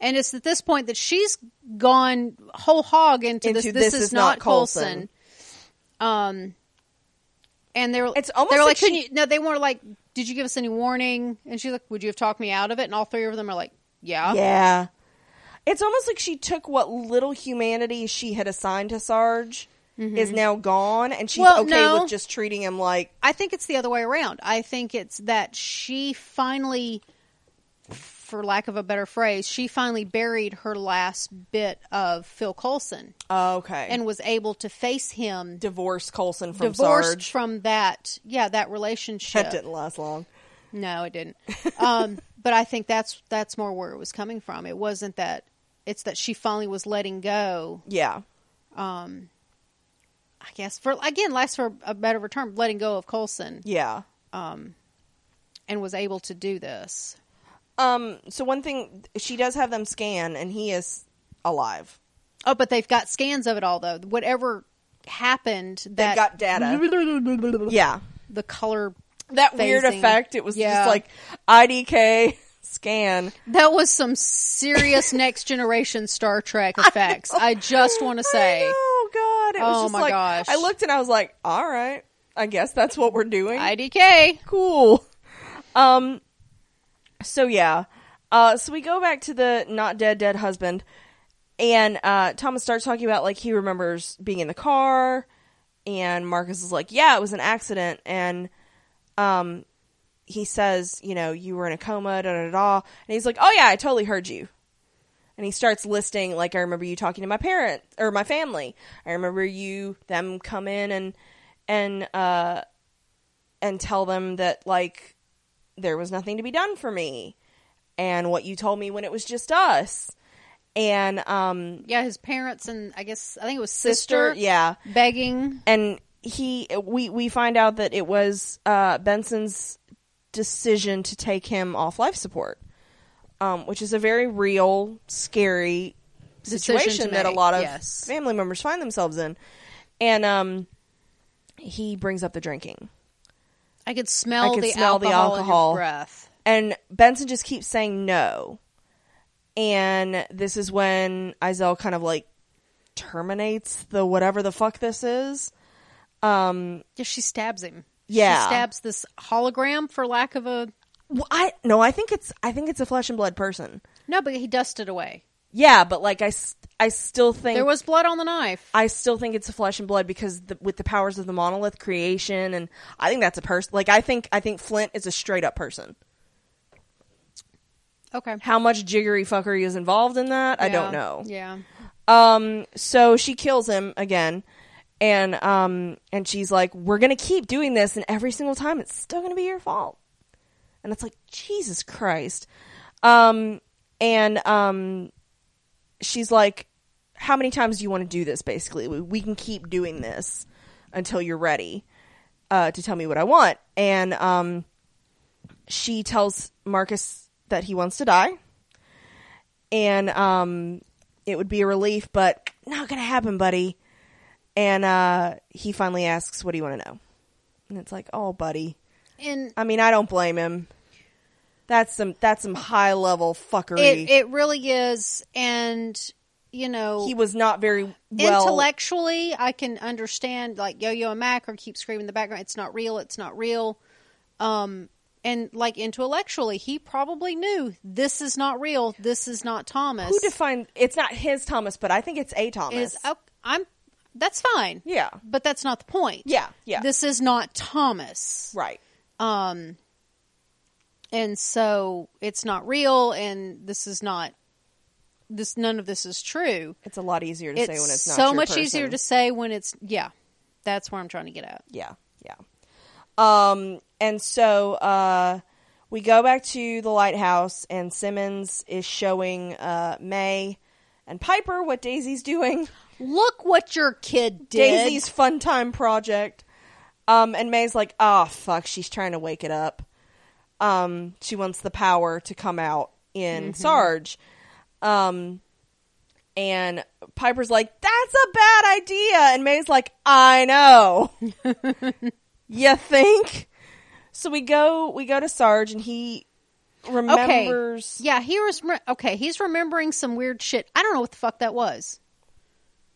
B: and it's at this point that she's gone whole hog into, this.
A: Into
B: This, is, not Colson. Um, and they're
A: It's almost
B: they're
A: like
B: like, couldn't
A: she-
B: you, no, they weren't like, did you give us any warning? And she's like, would you have talked me out of it? And all three of them are like, yeah,
A: Yeah. It's almost like she took what little humanity she had assigned to Sarge is now gone and she's
B: Mm-hmm. Well,
A: okay
B: no.
A: with just treating him like
B: I think it's the other way around. I think it's that she finally, for lack of a better phrase, she finally buried her last bit of Phil Coulson
A: okay.
B: and was able to face him
A: divorce Colson from
B: divorced
A: Sarge.
B: from that, yeah, that relationship.
A: That didn't last long.
B: No, it didn't. um, but I think that's that's more where it was coming from. It wasn't that. It's that she finally was letting go.
A: Yeah.
B: Um, I guess for again, last for a better term, letting go of Coulson,
A: Yeah.
B: um, and was able to do this.
A: Um so one thing she does have them scan and he is alive.
B: Oh, but they've got scans of it all though. Whatever happened, that
A: got data. Yeah.
B: The color
A: That weird
B: Phasing.
A: effect it was
B: Yeah.
A: just like IDK scan.
B: that was some serious next generation Star Trek effects. I, just want to say,
A: Oh god. It was
B: Oh,
A: just
B: my
A: like
B: gosh.
A: I looked and I was like, "All right. I guess that's what we're doing."
B: IDK.
A: cool. Um so yeah. Uh so we go back to the not dead dead husband and uh Thomas starts talking about like he remembers being in the car and Marcus is like, "Yeah, it was an accident." And um he says, you know, you were in a coma, da da da. da. And he's like, "Oh yeah, I totally heard you." And he starts listing like I remember you talking to my parents or my family. I remember you them come in and and uh and tell them that like there was nothing to be done for me and what you told me when it was just us and um
B: Yeah, his parents and I guess I think it was
A: sister,
B: sister,
A: yeah
B: begging.
A: and he we we find out that it was uh Benson's decision to take him off life support um which is a very real scary
B: Decision to
A: situation that a
B: make,
A: lot of
B: yes.
A: family members find themselves in and um he brings up the drinking
B: I could smell,
A: I could
B: the,
A: smell the
B: alcohol
A: alcohol.
B: in your breath.
A: And Benson just keeps saying no. And this is when Izelle kind of like terminates the whatever the fuck this is. Um,
B: Yeah, she stabs him.
A: Yeah.
B: she stabs this hologram for lack of a
A: wh- I no, I think it's I think it's a flesh and blood person.
B: no, but he dusted away.
A: Yeah, but like I, s- I still think
B: There was blood on the knife.
A: I still think it's flesh and blood because the, with the powers of the monolith creation, and I think that's a person. Like I think I think Flint is a straight up person.
B: Okay.
A: How much jiggery fuckery is involved in that? I
B: Yeah.
A: don't know.
B: Yeah.
A: Um, so she kills him again, and um, and she's like, "We're gonna keep doing this, and every single time, it's still gonna be your fault." And it's like, Jesus Christ. Um, and um, she's like, "How many times do you want to do this? Basically, we, we can keep doing this until you're ready uh, to tell me what I want." And um, she tells Marcus that he wants to die and um, it would be a relief, but not gonna happen, buddy. And uh, he finally asks, "What do you want to know?" And it's like, "Oh, buddy.
B: And
A: I mean, I don't blame him. That's some that's some high level fuckery.
B: it it really is and you know
A: he was not very well.
B: intellectually I can understand like yo-yo and Mac or keep screaming in the background it's not real, it's not real. Um and like intellectually he probably knew this is not real, this is not Thomas.
A: Who defined? It's not his Thomas, but I think it's a Thomas.
B: is oh, I'm that's fine.
A: yeah,
B: But that's not the point.
A: yeah, yeah.
B: This is not Thomas.
A: right.
B: um and so it's not real and this is not this none of this is true
A: It's a lot easier to
B: it's,
A: say when it's not
B: so
A: your
B: much
A: person.
B: easier to say when it's yeah that's where i'm trying to get at
A: Yeah, yeah. Um, and so uh, we go back to the lighthouse, and Simmons is showing uh, May and Piper what Daisy's doing.
B: look what your kid did
A: Daisy's fun time project. Um, and May's like, oh, fuck, she's trying to wake it up. Um, she wants the power to come out in Sarge. Um, and Piper's like, that's a bad idea. And May's like, I know. you think? So we go, we go to Sarge, and he
B: okay
A: remembers.
B: yeah he was re- okay he's remembering some weird shit i don't know what the fuck that was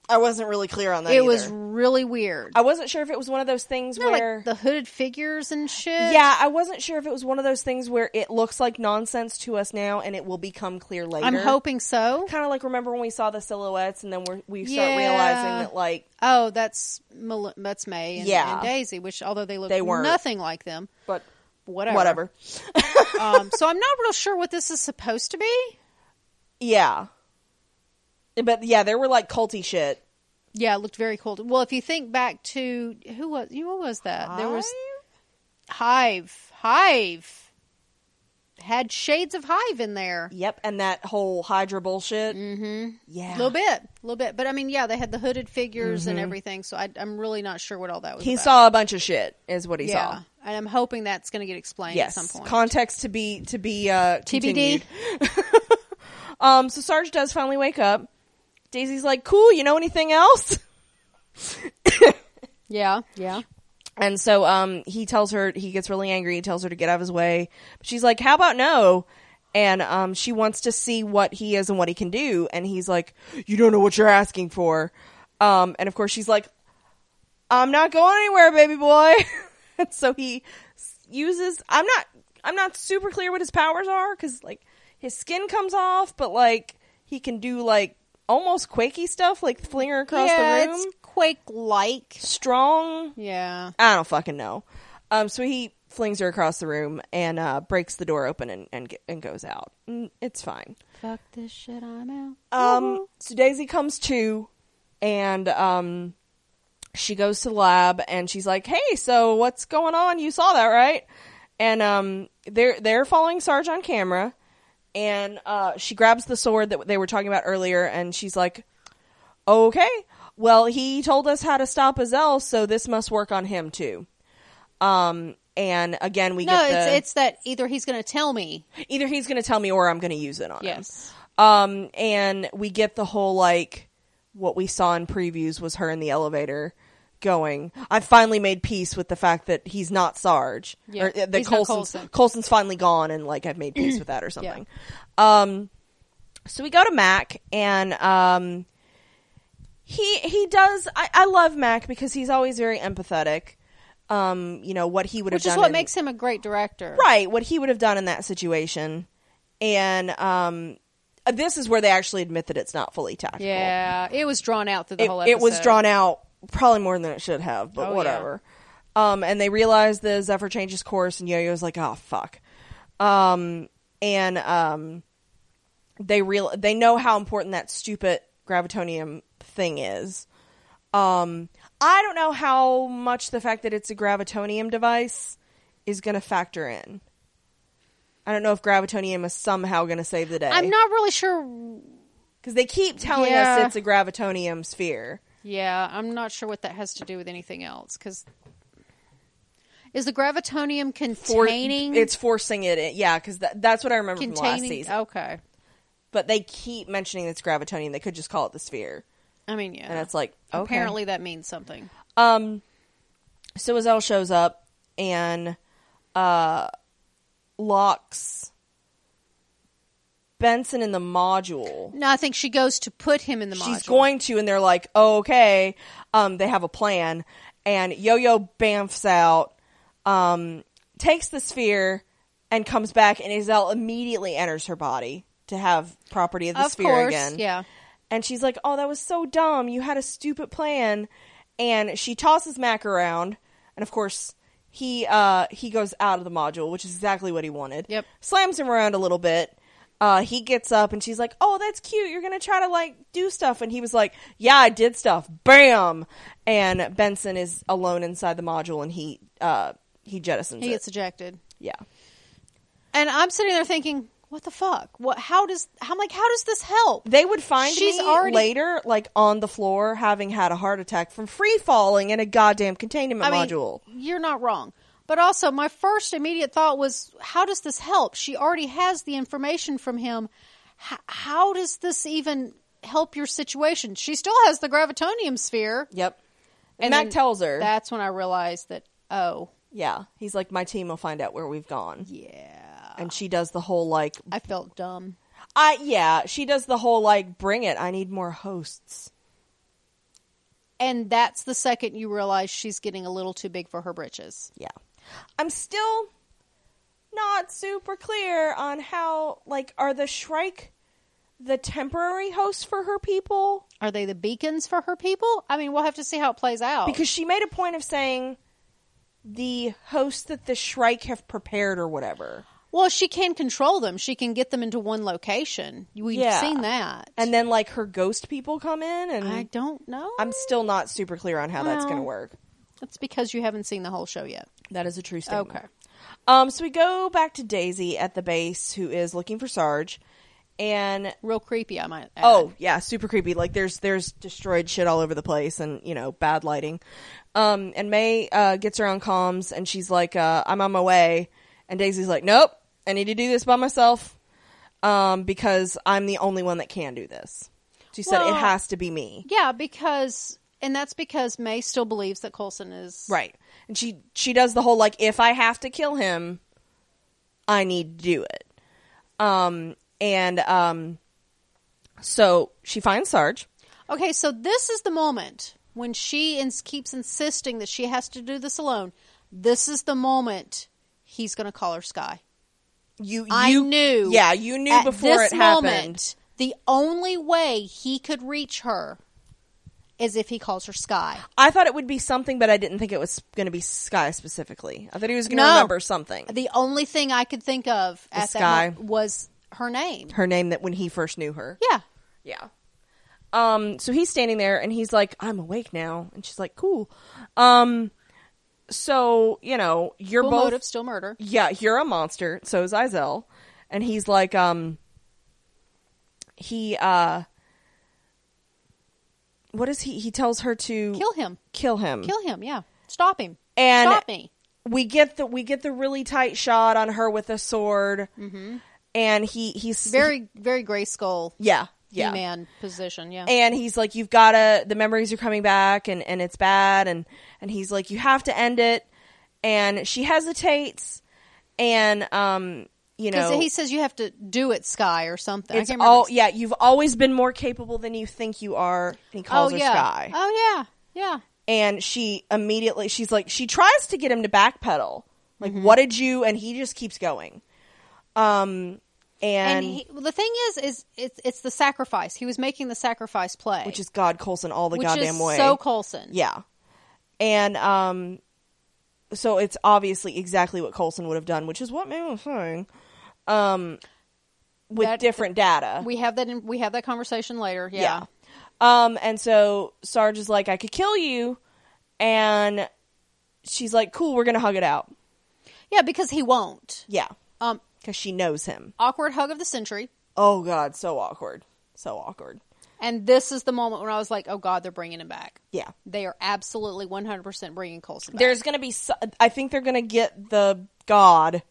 A: I wasn't really clear on that.
B: it was
A: either.
B: really weird
A: I wasn't sure if it was one of those things
B: You know,
A: where
B: like the hooded figures and shit
A: Yeah, I wasn't sure if it was one of those things where it looks like nonsense to us now and it will become clear later.
B: i'm hoping so
A: Kind of like remember when we saw the silhouettes and then we're, we start
B: Yeah.
A: realizing that like
B: Oh, that's Mal- that's May and,
A: Yeah.
B: and Daisy, which although they look
A: They weren't.
B: nothing like them,
A: but
B: whatever.
A: whatever.
B: um, so I'm not real sure what this is supposed to be.
A: Yeah. But yeah, there were like culty shit.
B: Yeah, it looked very cool. Well, if you think back to who was you, what was that? There was Hive. Hive had shades of Hive in there.
A: Yep, and that whole Hydra bullshit.
B: Mm-hmm.
A: Yeah.
B: A little bit, a little bit, but I mean, yeah, they had the hooded figures and everything. So I, I'm really not sure what all that was.
A: He
B: about.
A: saw a bunch of shit is what he
B: yeah,
A: saw.
B: and I'm hoping that's going to get explained
A: Yes.
B: at some point.
A: Context to be to be uh
B: TBD.
A: continued. Um, so Sarge does finally wake up. Daisy's like, "Cool, you know anything else?"
B: Yeah, yeah.
A: And so um, he tells her he gets really angry. He tells her to get out of his way. She's like, "How about no?" And um, she wants to see what he is and what he can do. And he's like, "You don't know what you're asking for." Um, and of course, she's like, "I'm not going anywhere, baby boy." and so he s- uses. I'm not. I'm not super clear what his powers are because like his skin comes off, but like he can do like almost quaky stuff, like fling her across
B: yeah,
A: the room.
B: It's quake like.
A: Strong
B: Yeah.
A: I don't fucking know. Um, so he flings her across the room and uh, breaks the door open and and, get, and goes out. Mm, It's fine.
B: Fuck this shit, I'm out.
A: Um, so Daisy comes to, and um, she goes to the lab and she's like, "Hey, so what's going on? You saw that, right?" And um, they're they're following Sarge on camera, and uh, she grabs the sword that they were talking about earlier, and she's like, "Okay, well, he told us how to stop Azel, so this must work on him too." Um, and again, we
B: No,
A: get
B: it's
A: the,
B: it's that either he's going to tell me.
A: either he's going to tell me or I'm going to use it on him.
B: Yes.
A: Um, and we get the whole like what we saw in previews was her in the elevator going. I finally made peace with the fact that he's not Sarge.
B: Yeah,
A: Or uh, that
B: he's not
A: Colson's,
B: Coulson.
A: Colson's finally gone and like I've made peace with that or something. Um, so we go to Mac and um, he he does. I, I love Mac because he's always very empathetic. Um, you know what he would
B: Which
A: have
B: is
A: done.
B: what
A: in-
B: makes him a great director.
A: right what he would have done in that situation and um uh, this is where they actually admit that it's not fully tactical.
B: Yeah, it was drawn out through the
A: It,
B: whole episode.
A: it was drawn out probably more than it should have, but
B: Oh, yeah.
A: whatever. Um, and they realize the Zephyr changes course, and Yo-Yo's like, "Oh fuck," um, and um, they real they know how important that stupid gravitonium thing is. Um, I don't know how much the fact that it's a gravitonium device is going to factor in. I don't know if gravitonium is somehow going to save the day.
B: I'm not really sure.
A: because they keep telling
B: Yeah.
A: us it's a gravitonium sphere.
B: Yeah, I'm not sure what that has to do with anything else. Because is the gravitonium
A: For-
B: containing
A: it's forcing it. In. Yeah, because that's what I remember from last
B: containing? oh.
A: season.
B: Okay,
A: But they keep mentioning it's gravitonium. They could just call it the sphere,
B: I mean, yeah.
A: and it's like okay.
B: apparently that means something.
A: Um, so Azelle shows up and uh, locks Benson in the module.
B: No, I think she goes to put him in the module.
A: She's going to, and they're like, oh, okay. Um, they have a plan, and Yo Yo bamfs out, um, takes the sphere, and comes back, and Azelle immediately enters her body to have property of the
B: of
A: sphere
B: course,
A: again.
B: yeah.
A: And she's like, "Oh, that was so dumb. You had a stupid plan." And she tosses Mac around, and of course, he uh he goes out of the module, which is exactly what he wanted.
B: Yep.
A: Slams him around a little bit. Uh, he gets up and she's like, "Oh, that's cute. You're gonna try to like do stuff." And he was like, "Yeah, I did stuff." Bam. And Benson is alone inside the module, and he uh he jettisons
B: He
A: it.
B: gets ejected,
A: yeah.
B: and I'm sitting there thinking, what the fuck? What? How does? How like? How does this help?
A: They would find
B: She's
A: me
B: already-
A: later, like on the floor, having had a heart attack from free falling in a goddamn containment
B: I mean,
A: module.
B: You're not wrong. But also, my first immediate thought was, how does this help? She already has the information from him. H- how does this even help your situation? She still has the gravitonium sphere.
A: Yep. And Mac
B: then
A: tells her.
B: That's when I realized that, oh,
A: yeah. He's like, my team will find out where we've gone.
B: yeah.
A: And she does the whole like,
B: I felt dumb.
A: I yeah. She does the whole like, bring it. I need more hosts.
B: And that's the second you realize she's getting a little too big for her britches.
A: Yeah. I'm still not super clear on how like are the Shrike the temporary hosts for her people
B: Are they the beacons for her people? I mean, we'll have to see how it plays out.
A: because she made a point of saying the hosts that the Shrike have prepared or whatever.
B: well, she can control them. She can get them into one location. We've
A: Yeah.
B: seen that.
A: And then like her ghost people come in and
B: I don't know.
A: Mm. I'm still not super clear on how that's going to
B: Well,
A: work.
B: That's because you haven't seen the whole show yet.
A: That is a true statement.
B: Okay.
A: Um, so we go back to Daisy at the base, who is looking for Sarge, and
B: Real creepy, I might. Add.
A: oh yeah, super creepy. Like there's there's destroyed shit all over the place, and you know bad lighting. Um, and May uh, gets her on comms, and she's like, uh, "I'm on my way," and Daisy's like, "Nope, I need to do this by myself, um, because I'm the only one that can do this." She said,
B: Well-
A: "It has to be me."
B: yeah, because and that's because May still believes that Colson is
A: Right. And she she does the whole like if I have to kill him, I need to do it. Um and um so she finds Sarge.
B: Okay, so this is the moment when she ins- keeps insisting that she has to do this alone. This is the moment he's going to call her Sky.
A: You you
B: I knew.
A: Yeah, you knew
B: at
A: before
B: this
A: it happened.
B: moment, The only way he could reach her is if he calls her Sky.
A: I thought it would be something, but I didn't think it was going to be Sky specifically. I thought he was going to
B: No.
A: remember something.
B: The only thing I could think of at
A: Sky.
B: that moment was her name.
A: Her name that when he first knew her.
B: Yeah.
A: Yeah. Um, so he's standing there and he's like, I'm awake now. And she's like, cool. Um, so, you know, you're
B: Dual
A: both.
B: motive, still murder.
A: yeah, you're a monster. So is Izel. And he's like, um, he, uh, what is he? He tells her to
B: Kill him.
A: kill him.
B: Kill him. Yeah. Stop him.
A: And-
B: Stop me.
A: We get the, we get the really tight shot on her with a sword. Mm-hmm. And he, he's
B: Very, very graceful
A: yeah, yeah.
B: man position. Yeah.
A: and he's like you've got to the memories are coming back and and it's bad and and he's like you have to end it and she hesitates and um you
B: Because
A: know
B: he says you have to do it, Sky, or something. I
A: it's
B: can't remember.
A: all yeah you've always been more capable than you think you are and he calls
B: oh,
A: her
B: yeah.
A: sky
B: Oh, yeah. Yeah.
A: and she immediately she's like she tries to
B: Mm-hmm.
A: get him to backpedal like what did you and he just keeps going um and,
B: And he, the thing is, is it's, it's the sacrifice. He was making the sacrifice play,
A: which is God Colson all the
B: which
A: goddamn
B: is
A: way.
B: so Colson.
A: yeah, and um, so it's obviously exactly what Colson would have done, which is what May was saying, um, with
B: That-
A: different data.
B: we have that. In, we have that conversation later. Yeah.
A: Um, and so Sarge is like, I could kill you. And she's like, cool, we're going to hug it out.
B: Yeah, because he won't.
A: Yeah.
B: Um,
A: Because she knows him.
B: awkward hug of the century.
A: Oh, God. So awkward. So awkward.
B: And this is the moment when I was like, "Oh God, they're bringing him back."
A: Yeah.
B: They are absolutely one hundred percent bringing Colson. Back.
A: There's going to be, so- I think they're going to get the God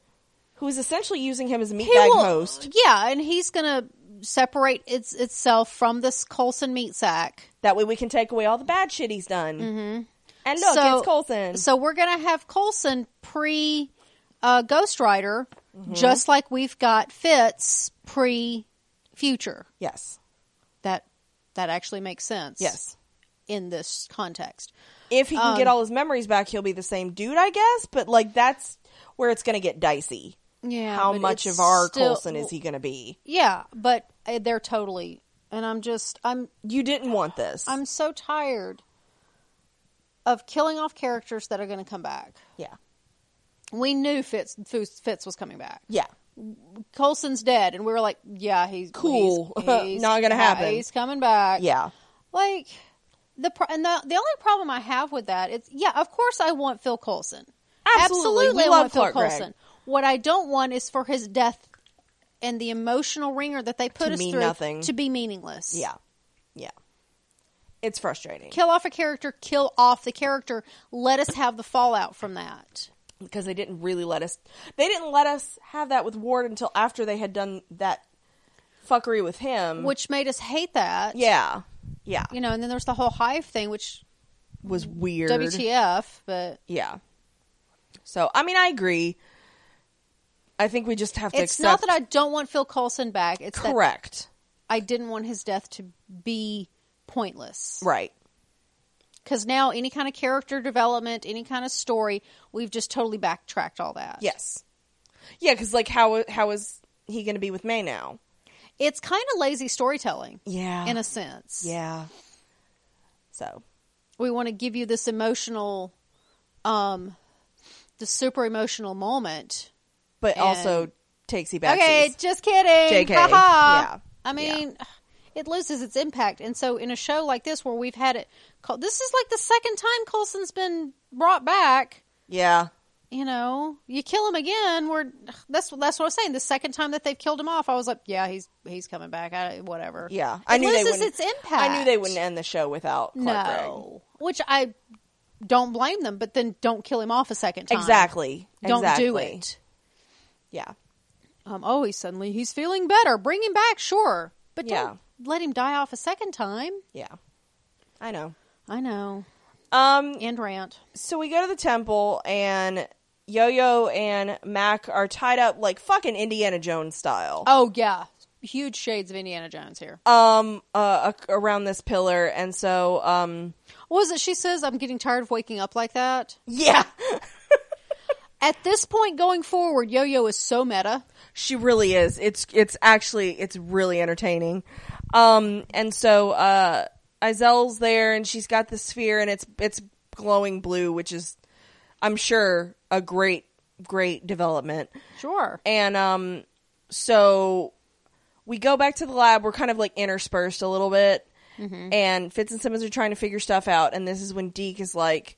A: who is essentially using him as a
B: He
A: meatbag
B: will-
A: host.
B: Yeah, and he's gonna separate its itself from this Colson meat sack.
A: That way we can take away all the bad shit he's done. Mm-hmm. And look, it's Colson.
B: So we're gonna have Colson pre uh, Ghost Rider,
A: Mm-hmm.
B: just like we've got Fitz pre Future.
A: yes.
B: That that actually makes sense.
A: Yes.
B: in this context.
A: If he can
B: Um,
A: get all his memories back, he'll be the same dude, I guess. But, like, that's where it's going to get dicey.
B: Yeah,
A: how
B: but
A: much
B: it's
A: of our
B: still-
A: Colson is he going to be?
B: Yeah, but uh, they're totally. And I'm just I'm
A: You didn't want this.
B: I'm so tired of killing off characters that are going to come back.
A: yeah,
B: We knew Fitz Fitz Fitz was coming back.
A: yeah,
B: Colson's dead, and we were like, "Yeah, he's
A: Cool.
B: he's- he's-
A: Not gonna
B: yeah,
A: happen.
B: He's coming back.
A: yeah.
B: like the pro- and the the only problem I have with that is, yeah, of course I want Phil Colson.
A: Absolutely. We
B: I
A: love
B: want Phil
A: Clark Gregg.
B: Coulson. What I don't want is for his death and the emotional ringer that they put
A: To
B: us
A: mean
B: through
A: nothing.
B: to be meaningless.
A: Yeah, yeah. It's frustrating
B: kill off a character, kill off the character. Let us have the fallout from that.
A: because they didn't really let us. They didn't let us have that with Ward until after they had done that fuckery with him.
B: Which made us hate that.
A: yeah, yeah,
B: You know, and then there's the whole hive thing, which
A: was weird.
B: WTF, but
A: Yeah. So I mean, I agree. I think we just have to
B: it's
A: accept.
B: not that I don't want Phil Coulson back. It's that
A: correct.
B: I didn't want his death to be pointless.
A: Right.
B: Because now any kind of character development, any kind of story, we've just totally backtracked all that.
A: Yes. Yeah, because like, how how is he going to be with May now?
B: It's kind of lazy storytelling
A: Yeah.
B: in a sense.
A: Yeah. So
B: We want to give you this emotional, um, the super emotional moment.
A: but
B: And-
A: also takesy back.
B: Okay, just kidding.
A: JK.
B: Haha.
A: Yeah.
B: I mean, it loses its impact. And so, in a show like this, where we've had it, call- this is like the second time Colson's been brought back.
A: Yeah.
B: You know, you kill him again. We're that's that's what I was saying. The second time that they've killed him off, I was like, yeah, he's he's coming back. I, whatever.
A: Yeah.
B: it loses its impact.
A: I knew they wouldn't end the show without Clark Gregg.
B: No, which I don't blame them, but then don't kill him off a second time.
A: Exactly.
B: Don't do
A: Exactly.
B: it.
A: Yeah.
B: um, oh, he's suddenly he's feeling better. Bring him back, sure, but
A: Yeah.
B: don't let him die off a second time.
A: Yeah. I know.
B: I know.
A: Um
B: End rant.
A: so we go to the temple and Yo-Yo and Mac are tied up like fucking Indiana Jones style.
B: Oh yeah, huge shades of Indiana Jones here.
A: Um uh ac- around this pillar and so um
B: What was it? She says, "I'm getting tired of waking up like that."
A: yeah.
B: At this point, going forward, Yo Yo is so meta.
A: She really is. It's it's actually it's really entertaining. Um and so uh Izelle's there and she's got the sphere and it's it's glowing blue, which is I'm sure a great great development.
B: Sure.
A: And um so we go back to the lab. We're kind of like interspersed a little bit.
B: Mm-hmm.
A: And Fitz and Simmons are trying to figure stuff out and this is when Deke is like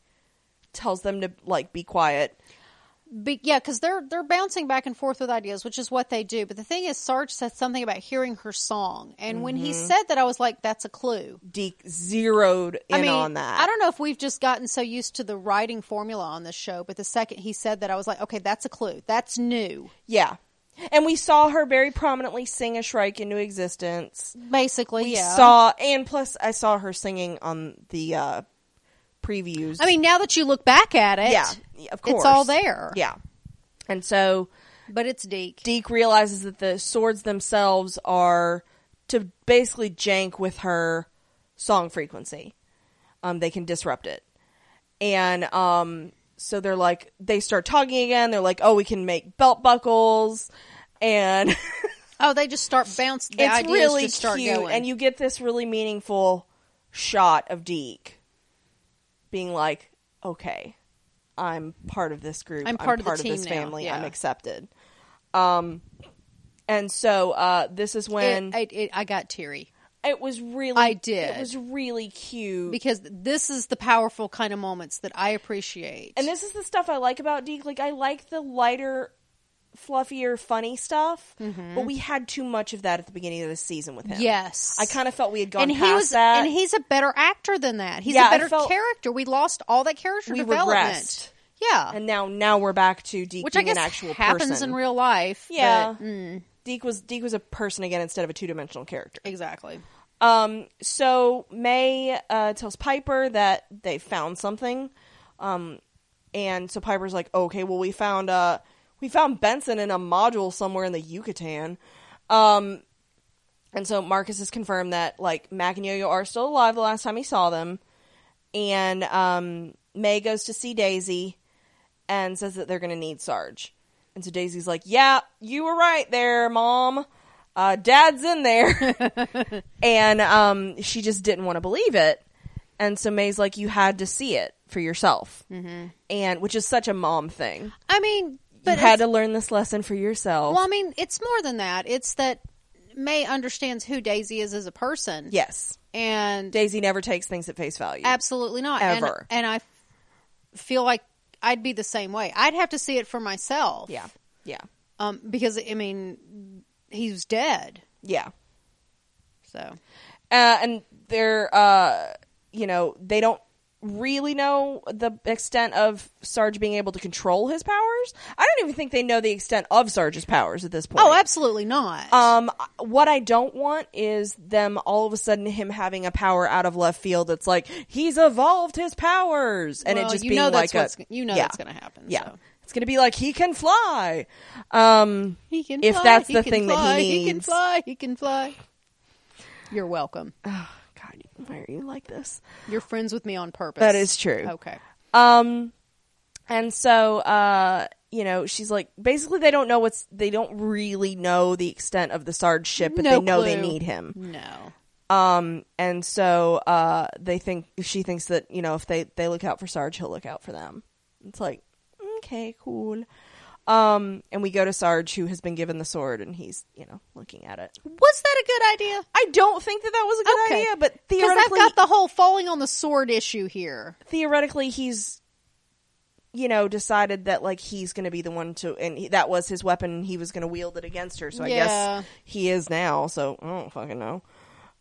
A: tells them to like be quiet.
B: Be- yeah, because they're they're bouncing back and forth with ideas, which is what they do. But the thing is, Sarge said something about hearing her song, and when he said that, I was like, "That's a clue."
A: Deke zeroed in
B: I mean,
A: on that.
B: I don't know if we've just gotten so used to the writing formula on this show, but the second he said that, I was like, okay, that's a clue. That's new.
A: Yeah. And we saw her very prominently sing a Shrike into existence.
B: Basically,
A: We
B: yeah.
A: saw, and plus I saw her singing on the uh, previews.
B: I mean, now that you look back at it,
A: yeah, yeah, of course.
B: it's all there.
A: Yeah. And so
B: But it's Deke.
A: Deke realizes that the swords themselves are to basically jank with her song frequency. Um, they can disrupt it. And um, so they're like, they start talking again. They're like, oh, we can make belt buckles. And
B: Oh, they just start bouncing. The
A: it's
B: ideas
A: really
B: just start
A: cute,
B: going.
A: and you get this really meaningful shot of Deke being like, "Okay, I'm part of this group.
B: I'm part of the team
A: this
B: now."
A: family. I'm
B: Yeah.
A: accepted." Um, and so uh, this is when
B: It- it- it- I got teary
A: It was really.
B: I did.
A: It was really cute.
B: because this is the powerful kind of moments that I appreciate.
A: and this is the stuff I like about Deke. Like I like the lighter, fluffier, funny stuff. But we had too much of that at the beginning of the season with him.
B: Mm-hmm. yes,
A: I kind of felt we had gone
B: and
A: past
B: he was
A: that.
B: and he's a better actor than that. He's
A: Yeah, I
B: a better
A: felt-
B: character. We lost all that character
A: We
B: development.
A: regressed.
B: Yeah,
A: and now, now we're back to Deke
B: which I
A: being
B: guess
A: an actual
B: happens
A: person.
B: in real life. but-
A: yeah,
B: mm,
A: Deke was Deke was a person again instead of a two dimensional character.
B: exactly.
A: Um, so May uh, tells Piper that they found something, um, and so Piper's like, "Okay, well, we found uh, we found Benson in a module somewhere in the Yucatan," um, and so Marcus has confirmed that like Mac and Yo-Yo are still alive. The last time he saw them, and um, May goes to see Daisy and says that they're going to need Sarge. And so Daisy's like, "Yeah, you were right there, Mom. Uh, Dad's in there." and um, she just didn't want to believe it. And so May's like, "You had to see it for yourself," mm-hmm. and which is such a mom thing.
B: I mean, but
A: you had to
B: it's-
A: learn this lesson for yourself.
B: well, I mean, it's more than that. It's that May understands who Daisy is as a person.
A: yes,
B: and
A: Daisy never takes things at face value.
B: absolutely not.
A: Ever.
B: And, and I feel like I'd be the same way. I'd have to see it for myself.
A: yeah, yeah,
B: Um, because I mean, he's dead.
A: yeah.
B: So
A: uh, and they're uh, you know they don't really know the extent of Sarge being able to control his powers. I don't even think they know the extent of Sarge's powers at this point.
B: Oh, absolutely not.
A: Um, what I don't want is them all of a sudden him having a power out of left field. That's like he's evolved his powers, and
B: Well,
A: it just
B: you
A: being
B: know
A: like
B: that's what's
A: a,
B: you know
A: yeah.
B: that's going to happen.
A: yeah.
B: so.
A: It's gonna be like he can fly, um,
B: He can
A: if
B: fly,
A: that's
B: he
A: the
B: can
A: thing
B: fly,
A: that he needs.
B: He can fly. He can fly. You're welcome.
A: God, why are you like this?
B: You're friends with me on purpose.
A: That is true.
B: Okay.
A: Um, and so, uh, you know, she's like, basically, they don't know what's, they don't really know the extent of the Sarge ship, but
B: No
A: they know they
B: clue.
A: need him.
B: No.
A: Um, and so, uh, they think, she thinks that, you know, if they, they look out for Sarge, he'll look out for them. It's like, okay, cool. Um, and we go to Sarge, who has been given the sword, and he's, you know, looking at it.
B: Was that a good idea?
A: I don't think that that was a good
B: Okay.
A: idea, but
B: Because I've
A: theoretically,
B: got the whole falling on the sword issue here.
A: theoretically he's you know decided that like he's going to be the one to and he, that was his weapon and he was going to wield it against her so i
B: Yeah.
A: guess he is now so i don't fucking know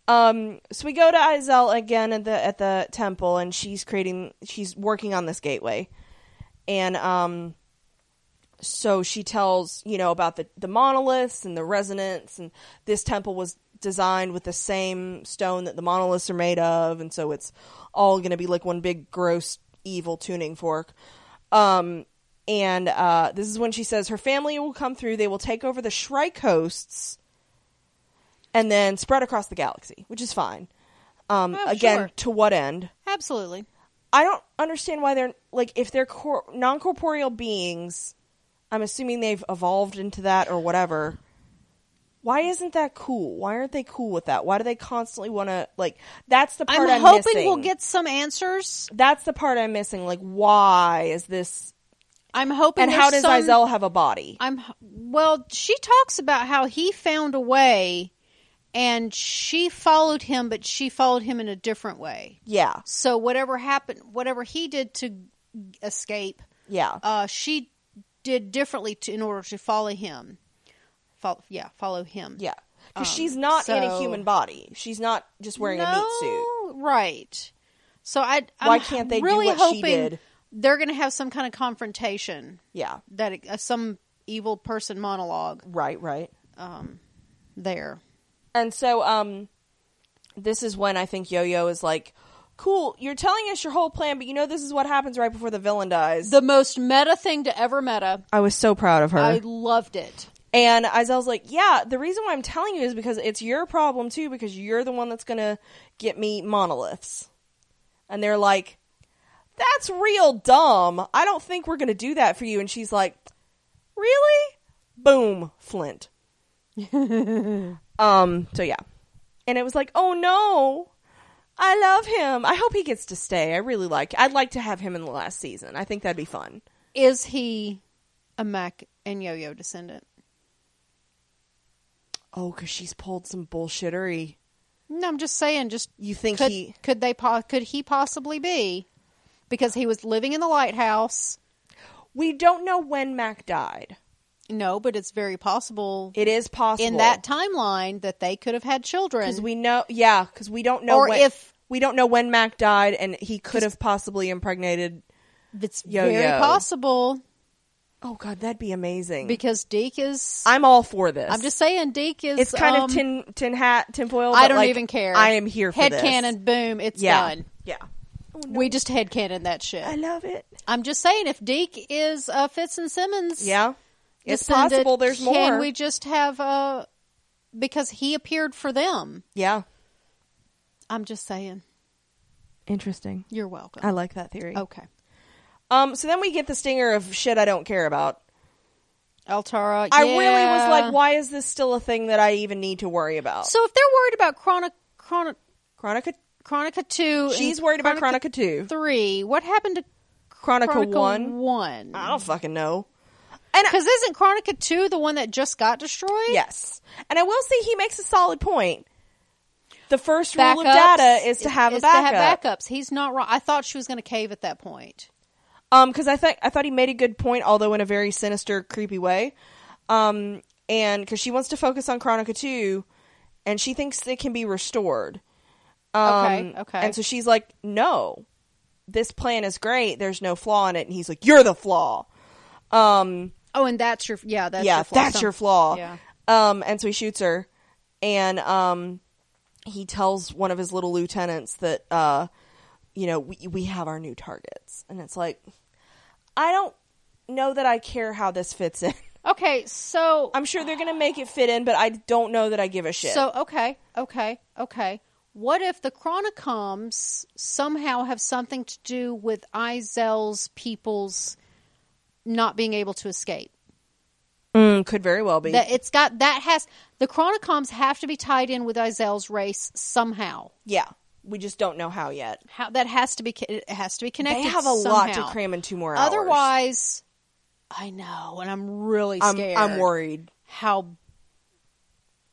A: um so we go to Izel again at the at the temple and she's creating she's working on this gateway and um so she tells you know about the the monoliths and the resonance and this temple was designed with the same stone that the monoliths are made of and so it's all going to be like one big gross evil tuning fork um and uh this is when she says her family will come through they will take over the shrike hosts and then spread across the galaxy which is fine um
B: Oh,
A: again
B: sure.
A: to what end
B: Absolutely.
A: I don't understand why they're like if they're cor- non corporeal beings. I'm assuming they've evolved into that or whatever. Why isn't that cool? Why aren't they cool with that? Why do they constantly want to like? That's the part
B: I'm
A: I'm,
B: hoping
A: missing.
B: we'll get some answers.
A: That's the part I'm missing. Like, why is this?
B: I'm hoping.
A: And how
B: there's
A: does
B: some,
A: Izel have a body?
B: I'm well. She talks about how he found a way, and she followed him, but she followed him in a different way.
A: Yeah,
B: So whatever happened, whatever he did to escape,
A: yeah,
B: uh, she did differently to, in order to follow him. Follow, yeah, follow him.
A: yeah. Because
B: um,
A: she's not in a
B: so-
A: human body. She's not just wearing a meat suit.
B: Right. So I. I'm
A: Why can't they do
B: really
A: what she
B: hoping
A: did?
B: They're going to have some kind of confrontation
A: Yeah,
B: that it, uh, some evil person monologue
A: right, right.
B: um, there.
A: And so, um, this is when I think Yo Yo is like, cool, you're telling us your whole plan, but you know this is what happens right before the villain dies.
B: The most meta thing to ever meta.
A: I was so proud of her.
B: I loved it.
A: and Izel's like, yeah, the reason why I'm telling you is because it's your problem too, because you're the one that's gonna get me monoliths. And they're like, that's real dumb. I don't think we're gonna do that for you. And she's like, really? Boom, Flint. um, so yeah. And it was like, oh no, I love him. I hope he gets to stay. I really like. I'd like to have him in the last season. I think that'd be fun.
B: Is he a Mac and Yo-Yo descendant?
A: Oh, because she's pulled some bullshittery.
B: No, I'm just saying. Just
A: You think
B: could,
A: he?
B: could they po- could he possibly be because he was living in the lighthouse?
A: We don't know when Mac died.
B: No, but it's very possible
A: It is possible
B: in that timeline that they could have had children.
A: because we know. Yeah, because we don't know
B: Or
A: when,
B: if-
A: we don't know when Mac died, and he could have possibly impregnated.
B: it's
A: Yo-Yo.
B: very possible
A: Oh God, that'd be amazing.
B: because Deke is.
A: I'm all for this.
B: I'm just saying, Deke is.
A: It's kind
B: um,
A: of tin tin hat tinfoil.
B: I
A: but,
B: don't
A: like,
B: even care.
A: I am here for
B: head
A: this.
B: cannon. Boom! It's
A: Yeah,
B: done.
A: yeah.
B: We just head cannon that shit.
A: I love it.
B: I'm just saying, if Deke is uh, Fitz and Simmons,
A: Yeah, it's
B: descendant,
A: possible. There's more.
B: Can we just have uh, because he appeared for them?
A: Yeah,
B: I'm just saying.
A: interesting.
B: You're welcome.
A: I like that theory.
B: okay.
A: Um. So then we get the stinger of shit I don't care about.
B: Altara.
A: I really was
B: yeah.
A: like, why is this still a thing that I even need to worry about?
B: So if they're worried about Chronic, Chronic,
A: Chronica.
B: Chronica two, and
A: She's worried about Chronica two.
B: three. What happened to
A: Chronica,
B: Chronica
A: one.
B: one? Uh,
A: I don't fucking know.
B: Because isn't Chronica two the one that just got destroyed?
A: Yes, and I will say he makes a solid point. The first rule of
B: Backups-
A: data is to have a backup.
B: backups. He's not wrong. I thought she was going to cave at that point.
A: Um, 'cause because I think I thought he made a good point, although in a very sinister, creepy way. Um, and because she wants to focus on Chronica Two, and she thinks it can be restored. Um,
B: Okay, okay.
A: And so she's like, "No, this plan is great. There's no flaw in it." And he's like, "You're the flaw." Um,
B: Oh, and that's your yeah, that's
A: yeah,
B: your flaw.
A: that's
B: Some-
A: your flaw.
B: Yeah.
A: Um, and so he shoots her, and um, he tells one of his little lieutenants that, uh, you know, we we have our new targets, and it's like, I don't know that I care how this fits in.
B: Okay, so
A: I'm sure they're gonna make it fit in, but I don't know that I give a shit.
B: so okay, okay, okay. What if the Chronicoms somehow have something to do with Izel's people's not being able to escape?
A: Mm, could very well be.
B: That it's got that has the Chronicoms have to be tied in with Izel's race somehow.
A: yeah, we just don't know how yet.
B: How that has to be co- it has to be
A: They
B: connected.
A: have a lot to
B: somehow.
A: cram in two more hours.
B: Otherwise, I know, and I'm really
A: I'm
B: scared.
A: I'm worried.
B: how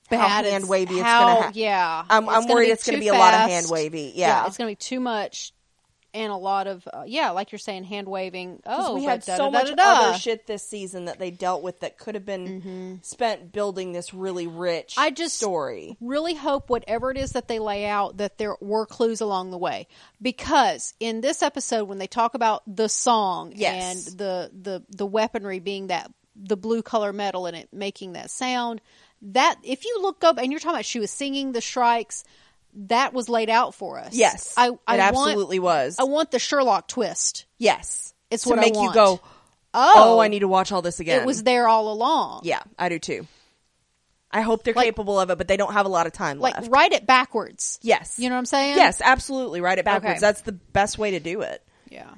B: bad it's-
A: hand wavy it's
B: how-
A: gonna ha-
B: Yeah,
A: I'm- I'm
B: gonna
A: worried
B: be
A: it's gonna
B: too
A: be a lot of hand wavy, yeah.
B: it's going to be too much and a lot of uh, yeah, like you're saying, hand waving. Oh,
A: we
B: but
A: had
B: da-
A: so
B: da-
A: much
B: da- da-
A: other
B: da.
A: shit this season that they dealt with that could have been spent building this really rich
B: I just-
A: story.
B: Really hope whatever it is that they lay out that there were clues along the way because in this episode when they talk about the song
A: Yes.
B: and the the the weaponry being that the blue color metal and it making that sound that if you look up and you're talking about she was singing the strikes that was laid out for us
A: Yes.
B: I
A: it
B: I want
A: absolutely was.
B: I want the Sherlock twist.
A: yes.
B: It's
A: to
B: what I
A: make you
B: want.
A: go,
B: Oh,
A: "Oh, I need to watch all this again."
B: It was there all along.
A: Yeah, I do too. I hope they're
B: Like-
A: capable of it, but they don't have a lot of time
B: like
A: left.
B: write it backwards.
A: Yes.
B: You know what I'm saying?
A: yes, absolutely. Write it backwards.
B: Okay.
A: That's the best way to do it.
B: Yeah.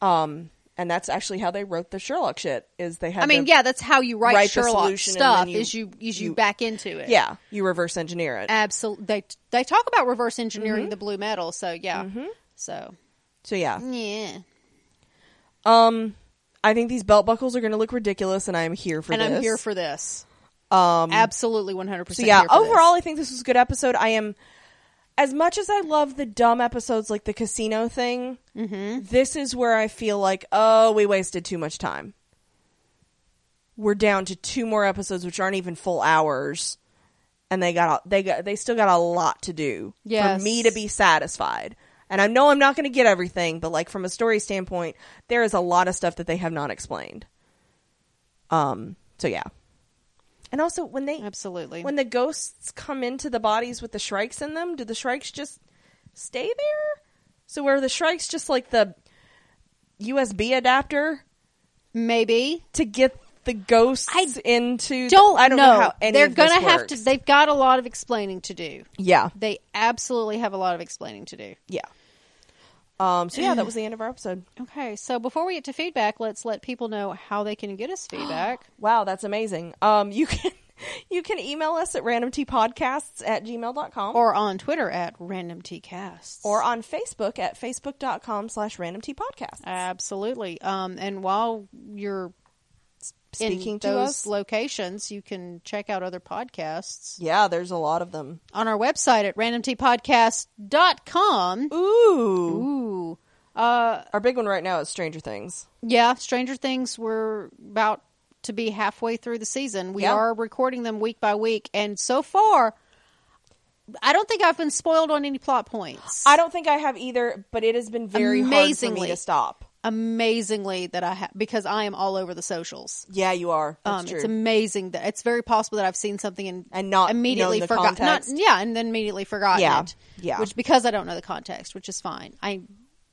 A: Um and that's actually how they wrote the Sherlock shit is they had
B: I mean,
A: to-
B: yeah, that's how you write
A: write the
B: Sherlock
A: solution and then
B: stuff
A: you-
B: is you is you,
A: you-
B: back into it.
A: yeah, you reverse engineer it.
B: Absolutely. They they talk about reverse
A: Mm-hmm.
B: engineering the blue metal, so yeah. So,
A: so yeah.
B: yeah.
A: Um, I think these belt buckles are going to look ridiculous, and I am here for
B: and
A: this.
B: I'm here for this.
A: Um,
B: Absolutely 100%
A: so yeah,
B: here for this.
A: overall, I think this was a good episode. I am, as much as I love the dumb episodes like the casino thing,
B: Mm-hmm.
A: this is where I feel like, oh, we wasted too much time. We're down to two more episodes, which aren't even full hours, and they got they got they still got a lot to do
B: Yes.
A: for me to be satisfied. And I know I'm not going to get everything, but like from a story standpoint, there is a lot of stuff that they have not explained. Um. So yeah. And also, when they
B: Absolutely.
A: when the ghosts come into the bodies with the shrikes in them, do the shrikes just stay there? So are the shrikes just like the USB adapter
B: Maybe
A: to get the ghosts
B: I
A: into?
B: don't,
A: I don't know, how any
B: They're
A: of this
B: gonna have
A: works.
B: to they've got a lot of explaining to do.
A: yeah,
B: They absolutely have a lot of explaining to do.
A: yeah. Um. So yeah, that was the end of our episode.
B: Okay, so before we get to feedback, let's let people know how they can get us feedback.
A: Wow, that's amazing. Um, you can You can email us at randomtpodcasts at gmail.com or,
B: or on Twitter at randomtcasts.
A: or on Facebook at facebook.com slash randomtpodcasts.
B: absolutely. Um, and while you're
A: Speaking
B: in
A: to
B: those
A: us.
B: locations, you can check out other podcasts
A: Yeah, there's a lot of them.
B: on our website at randomtpodcast.com.
A: Ooh.
B: Ooh. Uh,
A: Our big one right now is Stranger Things.
B: yeah, Stranger Things, we're about to be halfway through the season. We
A: Yeah.
B: are recording them week by week. And so far, I don't think I've been spoiled on any plot points.
A: I don't think I have either, but it has been very hard for
B: Amazingly.
A: me to stop.
B: Amazingly, that I have, because I am all over the socials.
A: Yeah, you are. That's
B: Um,
A: true.
B: it's amazing that it's very possible that I've seen something and,
A: And not
B: immediately
A: known the
B: forgot. Not,
A: context.
B: yeah, and then immediately forgotten
A: Yeah.
B: it.
A: Yeah.
B: which because I don't know the context, which is fine. I,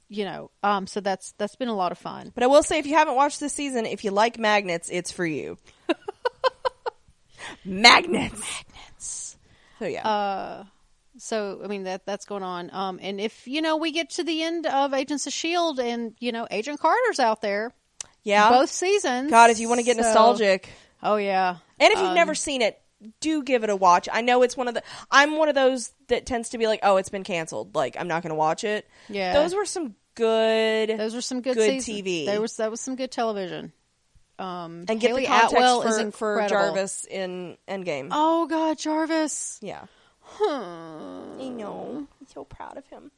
B: you know, um, so that's that's been a lot of fun.
A: But I will say, if you haven't watched this season, if you like magnets, it's for you. magnets. Magnets. So yeah,
B: Uh, So I mean that that's going on. Um, and if you know we get to the end of Agents of Shield, E and you know Agent Carter's out there,
A: yeah.
B: both seasons.
A: God, if you want to get
B: So-
A: nostalgic,
B: oh yeah,
A: and if you've
B: Um,
A: never seen it, do give it a watch. I know it's one of the. I'm one of those that tends to be like, oh, it's been canceled. Like I'm not going to watch it.
B: Yeah.
A: Those were some good.
B: those were some good,
A: good
B: seasons.
A: TV.
B: There was that was some good television. Um,
A: and get
B: Haley
A: the context
B: Atwell
A: for,
B: is
A: for
B: incredible.
A: Jarvis in Endgame.
B: Oh God, Jarvis.
A: Yeah,
B: Hmm.
A: I know. I'm so proud of him.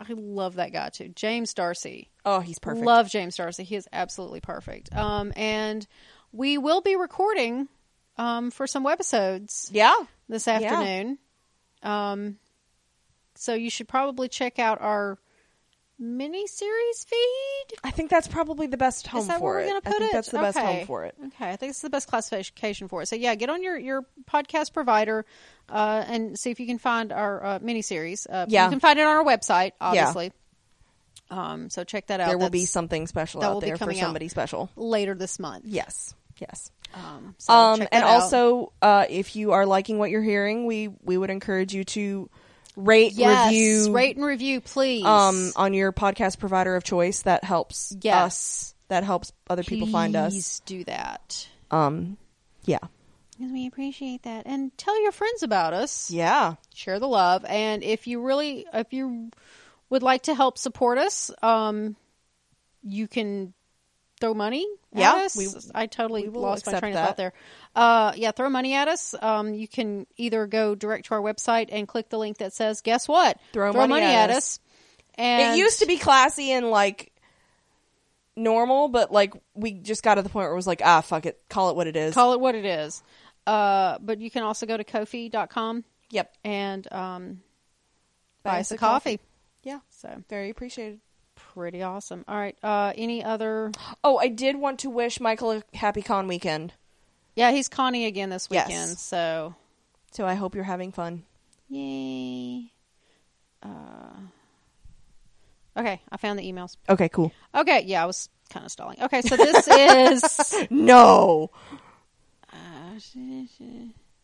B: I love that guy too. James Darcy.
A: Oh, he's perfect.
B: Love James Darcy. He is absolutely perfect. Um, and we will be recording um, for some webisodes
A: Yeah,
B: this afternoon. Um, so you should probably check out our mini series feed.
A: I think that's probably the best home
B: Is that
A: for
B: where we're
A: it.
B: going to put
A: I think
B: it?
A: that's the best
B: Okay.
A: home for it.
B: Okay, I think it's the best classification for it. So yeah, get on your your podcast provider uh, and see if you can find our uh, miniseries. Uh,
A: Yeah.
B: you can find it on our website, obviously. Um, so check that out.
A: there will be
B: That's
A: something special
B: that
A: out
B: will be
A: there for
B: coming out.
A: somebody special.
B: later this month.
A: Yes, yes.
B: Um, so
A: Um,
B: check
A: and
B: that out.
A: also, uh, if you are liking what you're hearing, we we would encourage you to rate,
B: yes,
A: review,
B: rate and review, please.
A: um, on your podcast provider of choice. That helps
B: Yes.
A: us. That helps other people find us.
B: Please do that.
A: Um, yeah,
B: 'Cause We appreciate that, and tell your friends about us.
A: yeah.
B: share the love and if you really if you would like to help support us um you can throw money
A: Yeah,
B: at us.
A: we-
B: i totally
A: we will
B: lost my
A: accept
B: train of
A: that.
B: thought there uh yeah throw money at us um you can either go direct to our website and click the link that says guess what
A: Throw money at us."
B: and
A: it used to be classy and like normal, but like we just got to the point where it was like, ah, fuck it, call it what it is.
B: call it what it is uh but you can also go to kofi.com
A: yep,
B: and um
A: Buy
B: buy
A: us
B: us a
A: a coffee.
B: coffee
A: yeah,
B: so
A: very appreciated.
B: pretty awesome all right uh any other
A: Oh, I did want to wish Michael a happy con weekend.
B: Yeah, he's Connie again this
A: Yes.
B: weekend. So,
A: So I hope you're having fun.
B: yay. Uh, okay, I found the emails.
A: Okay, cool.
B: Okay, yeah, I was kind of stalling. Okay, so this is.
A: No.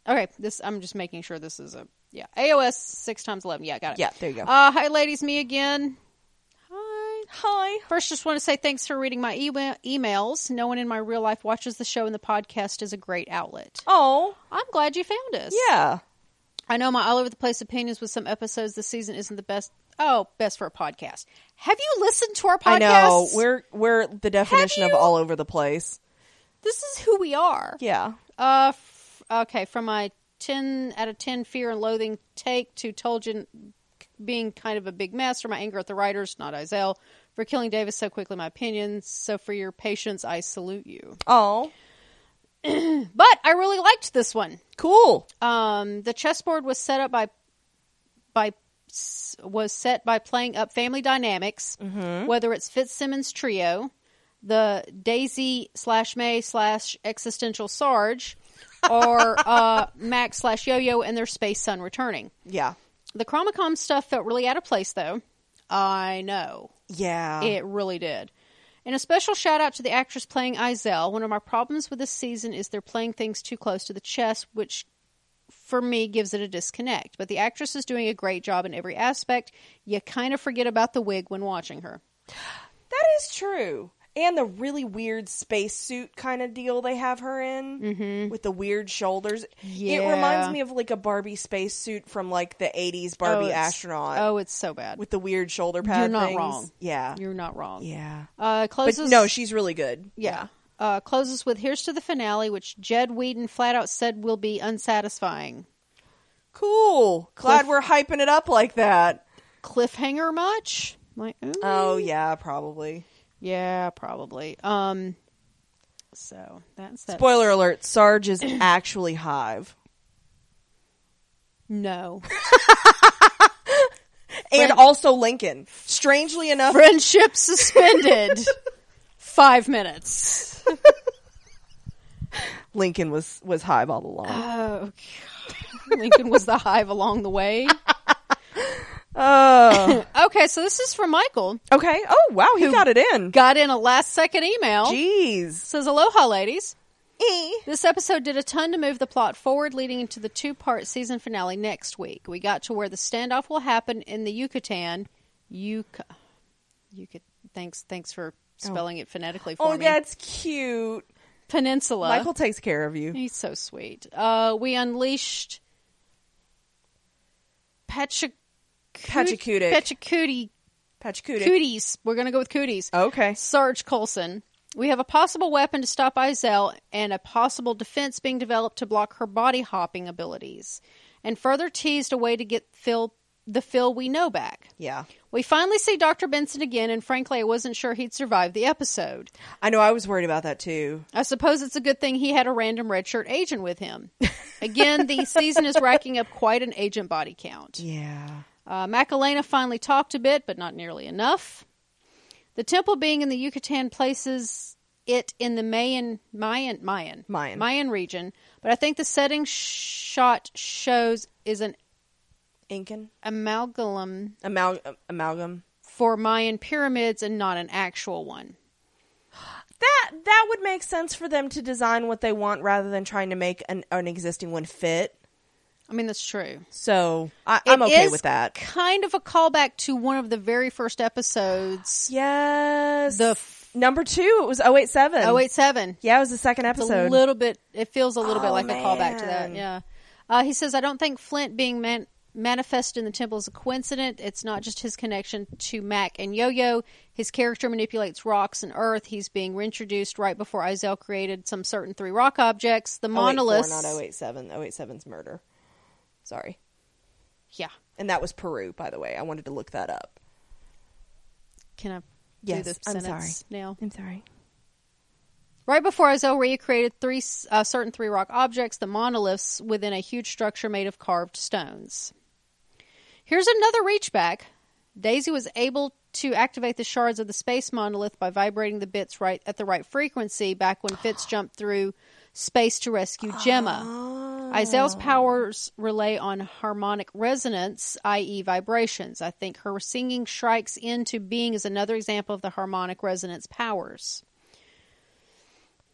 B: Okay, this I'm just making sure this is a yeah AOS six times eleven. Yeah, got it.
A: Yeah, there you go.
B: Uh, hi, ladies, me again. Hi.
A: Hi.
B: First, just want to say thanks for reading my ema emails. No one in my real life watches the show, and the podcast is a great outlet.
A: Oh,
B: I'm glad you found us.
A: yeah.
B: I know my all over the place opinions with some episodes this season isn't the best. Oh, best for a podcast. Have you listened to our podcast?
A: I know. We're we're the definition of
B: you-
A: all over the place.
B: this is who we are.
A: Yeah.
B: Uh, f- okay. From my ten out of ten fear and loathing take to told you being kind of a big mess, or my anger at the writers, not Isel, for killing Davis so quickly. My opinions. So for your patience, I salute you.
A: Oh,
B: But I really liked this one.
A: cool.
B: Um, the chessboard was set up by by was set by playing up family dynamics, whether it's Fitzsimmons trio, the Daisy slash May slash existential Sarge, or uh, Max slash Yo Yo and their space son returning.
A: Yeah.
B: The Chromacom stuff felt really out of place, though. I know.
A: Yeah.
B: It really did. And a special shout out to the actress playing Izelle. One of my problems with this season is they're playing things too close to the chest, which for me gives it a disconnect. But the actress is doing a great job in every aspect. You kind of forget about the wig when watching her.
A: That is true. and the really weird spacesuit kind of deal they have her in with the weird shoulders. It
B: Mm-hmm. Yeah.
A: reminds me of like a Barbie spacesuit from like the '80s Barbie
B: it's-
A: astronaut
B: Oh, it's so bad.
A: with the weird shoulder pad.
B: You're not
A: things.
B: wrong.
A: Yeah,
B: You're not wrong.
A: yeah.
B: Uh,
A: But
B: closes.
A: no, she's really good.
B: yeah. Uh, closes with here's to the finale, which Jed Whedon flat out said will be unsatisfying.
A: Cool. Glad
B: Cliff-
A: we're hyping it up like that.
B: Cliffhanger much? Like, ooh.
A: Oh yeah, probably.
B: yeah, probably. Um, so that's that.
A: Spoiler alert: Sarge is actually Hive,
B: no
A: and also Lincoln. Strangely enough,
B: friendship suspended. Five minutes.
A: Lincoln was was Hive all along.
B: Oh, God. Lincoln was the hive along the way.
A: Oh,
B: Okay, so this is from Michael.
A: okay. Oh wow, he got it in.
B: Got in a last second email.
A: Jeez.
B: Says, Aloha, ladies.
A: Eh.
B: This episode did a ton to move the plot forward, leading into the two part season finale next week. We got to where the standoff will happen in the Yucatan. Yuc. Yucat. Thanks, thanks for spelling it phonetically for
A: Oh,
B: me.
A: that's cute.
B: Peninsula.
A: Michael takes care of you.
B: He's so sweet. Uh, we unleashed Pachacuti.
A: Pachacutic.
B: Pachacuti.
A: Patch Cootie.
B: Cooties. We're going to go with cooties.
A: Okay.
B: Sarge Colson. We have a possible weapon to stop Izelle and a possible defense being developed to block her body hopping abilities, and further teased a way to get Phil the Phil we know back.
A: Yeah.
B: We finally see Dr. Benson again, and frankly, I wasn't sure he'd survive the episode.
A: I know I was worried about that too.
B: I suppose it's a good thing he had a random redshirt agent with him. Again, the season is racking up quite an agent body count.
A: Yeah.
B: Uh, Macarena finally talked a bit, but not nearly enough. The temple being in the Yucatan places it in the Mayan Mayan Mayan
A: Mayan.
B: Mayan region, but I think the setting shot shows is an
A: Incan.
B: amalgam
A: Amal- amalgam.
B: for Mayan pyramids and not an actual one.
A: That that would make sense for them to design what they want rather than trying to make an, an existing one fit.
B: I mean that's true.
A: So I, I'm
B: It
A: okay
B: is
A: with that.
B: Kind of a callback to one of the very first episodes.
A: Yes.
B: The f-
A: number two, it was 087.
B: Oh wait, seven.
A: Yeah, it was the second
B: It's
A: episode.
B: a little bit. It feels a little bit
A: Oh,
B: like a callback to that.
A: man.
B: Yeah. Uh, he says, "I don't think Flint being man- manifested in the temple is a coincidence. It's not just his connection to Mac and Yo-Yo. His character manipulates rocks and earth. He's being reintroduced right before Izell created some certain three rock objects. The
A: 084,
B: monoliths.
A: not 087. 087's murder. Sorry.
B: Yeah.
A: And that was Peru, by the way. I wanted to look that up.
B: Can I
A: Yes,
B: do this
A: I'm
B: sentence now?
A: I'm sorry.
B: Right before Izell recreated three uh, certain three rock objects, the monoliths within a huge structure made of carved stones. Here's another reach back. Daisy was able to activate the shards of the space monolith by vibrating the bits right at the right frequency back when Fitz jumped through space to rescue Gemma. Izell's powers rely on harmonic resonance, i.e., vibrations. I think her singing strikes into being is another example of the harmonic resonance powers.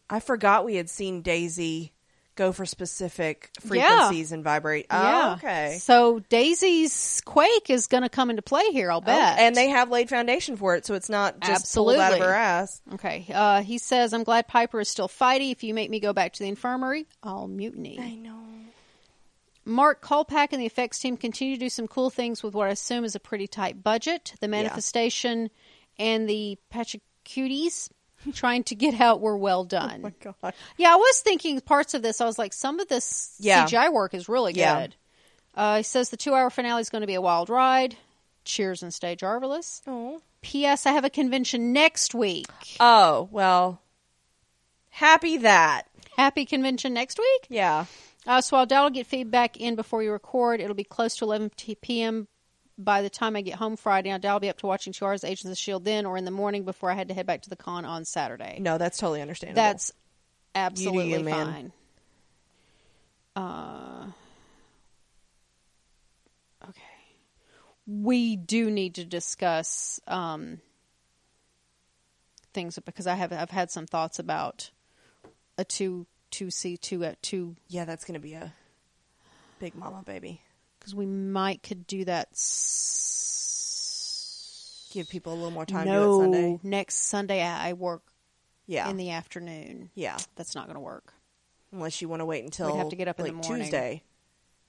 A: I forgot we had seen Daisy go for specific frequencies and vibrate. Oh, okay.
B: So Daisy's quake is going to come into play here, I'll
A: Oh,
B: bet.
A: and they have laid foundation for it, so it's not just pulled out of
B: Absolutely.
A: her ass.
B: Okay. Uh, he says, I'm glad Piper is still fighty. If you make me go back to the infirmary, I'll mutiny.
A: know.
B: Mark Kolpak and the effects team continue to do some cool things with what I assume is a pretty tight budget. The manifestation and the Pachacuties trying to get out were well done.
A: Oh God.
B: Yeah, I was thinking parts of this. I was like, some of this
A: Yeah.
B: CGI work is really
A: Yeah.
B: good. Uh, he says the two hour finale is going to be a wild ride. Cheers and stay Jarvelous.
A: Oh.
B: P.S. I have a convention next week.
A: Oh, well. Happy that.
B: Happy convention next week.
A: Yeah.
B: Uh, so I'll doubt I'll get feedback in before you record. It'll be close to 11 t- p.m. by the time I get home Friday. I doubt I'll be up to watching two hours of Agents of S.H.I.E.L.D. E then or in the morning before I had to head back to the con on Saturday.
A: No, that's totally understandable.
B: That's
A: do you,
B: absolutely
A: man.
B: fine. Uh, okay. We do need to discuss um, things because I have I've had some thoughts about a two two C two at two
A: yeah, that's going to be a big mama baby.
B: because we might could do that. S-
A: Give people a little more time to do
B: no,
A: it Sunday.
B: next Sunday I, I work
A: Yeah.
B: in the afternoon.
A: yeah.
B: That's not going to work.
A: Unless you want to wait until
B: We'd have to get up in
A: like
B: the morning.
A: Tuesday.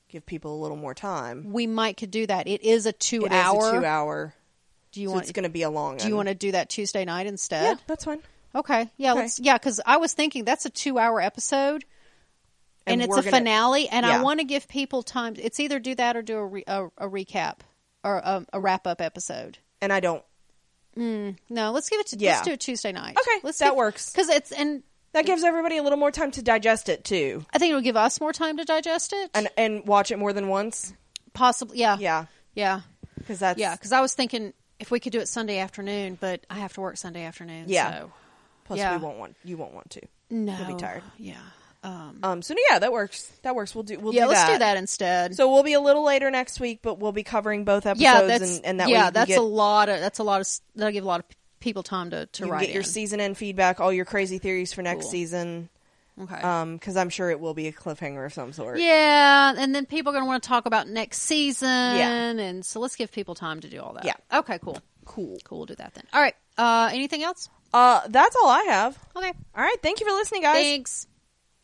A: Give people a little more time.
B: We might could do that. It is a two
A: It is
B: hour.
A: a two hour.
B: Do you
A: so
B: want?
A: it's going to be a long
B: do you want to do that Tuesday night
A: Yeah,
B: instead?
A: that's fine.
B: Okay. Yeah.
A: Okay.
B: Let's. Yeah, because I was thinking that's a two-hour episode, and,
A: And
B: it's
A: we're
B: a
A: gonna-
B: finale, and I
A: Yeah.
B: want to give people time. It's either do that or do a re- a, a recap or a, a wrap-up episode.
A: And I don't.
B: No, let's give it to.
A: Yeah.
B: Let's do it Tuesday night.
A: Okay,
B: Let's
A: that works.
B: Because it's and
A: That gives everybody a little more time to digest it too,
B: I think it'll give us more time to digest it.
A: and and watch it more than once.
B: possibly, yeah,
A: Yeah,
B: yeah,
A: because that's
B: yeah. Because I was thinking if we could do it Sunday afternoon, but I have to work Sunday afternoon.
A: Yeah.
B: So.
A: Plus,
B: Yeah.
A: we won't want you won't want to.
B: No.
A: You'll be tired.
B: Yeah. Um,
A: Um. So yeah, that works. That works. We'll do. We'll
B: yeah,
A: do
B: let's
A: that.
B: do that instead.
A: So we'll be a little later next week, but we'll be covering both episodes.
B: yeah, that's
A: and, and that way you
B: yeah,
A: can
B: that's
A: get,
B: a lot of that's a lot of s- that'll give a lot of p- people time to to
A: you can
B: write
A: get your
B: in.
A: season end feedback, all your crazy theories for next
B: Cool.
A: season.
B: okay.
A: Um, because I'm sure it will be a cliffhanger of some sort.
B: yeah, and then people are going to want to talk about next season, and so let's give people time to do all that.
A: Yeah.
B: Okay. Cool. Cool. Cool. We'll do that then. All right. Uh, anything else?
A: Uh, that's all I have.
B: Okay.
A: All right. Thank you for listening, guys.
B: Thanks.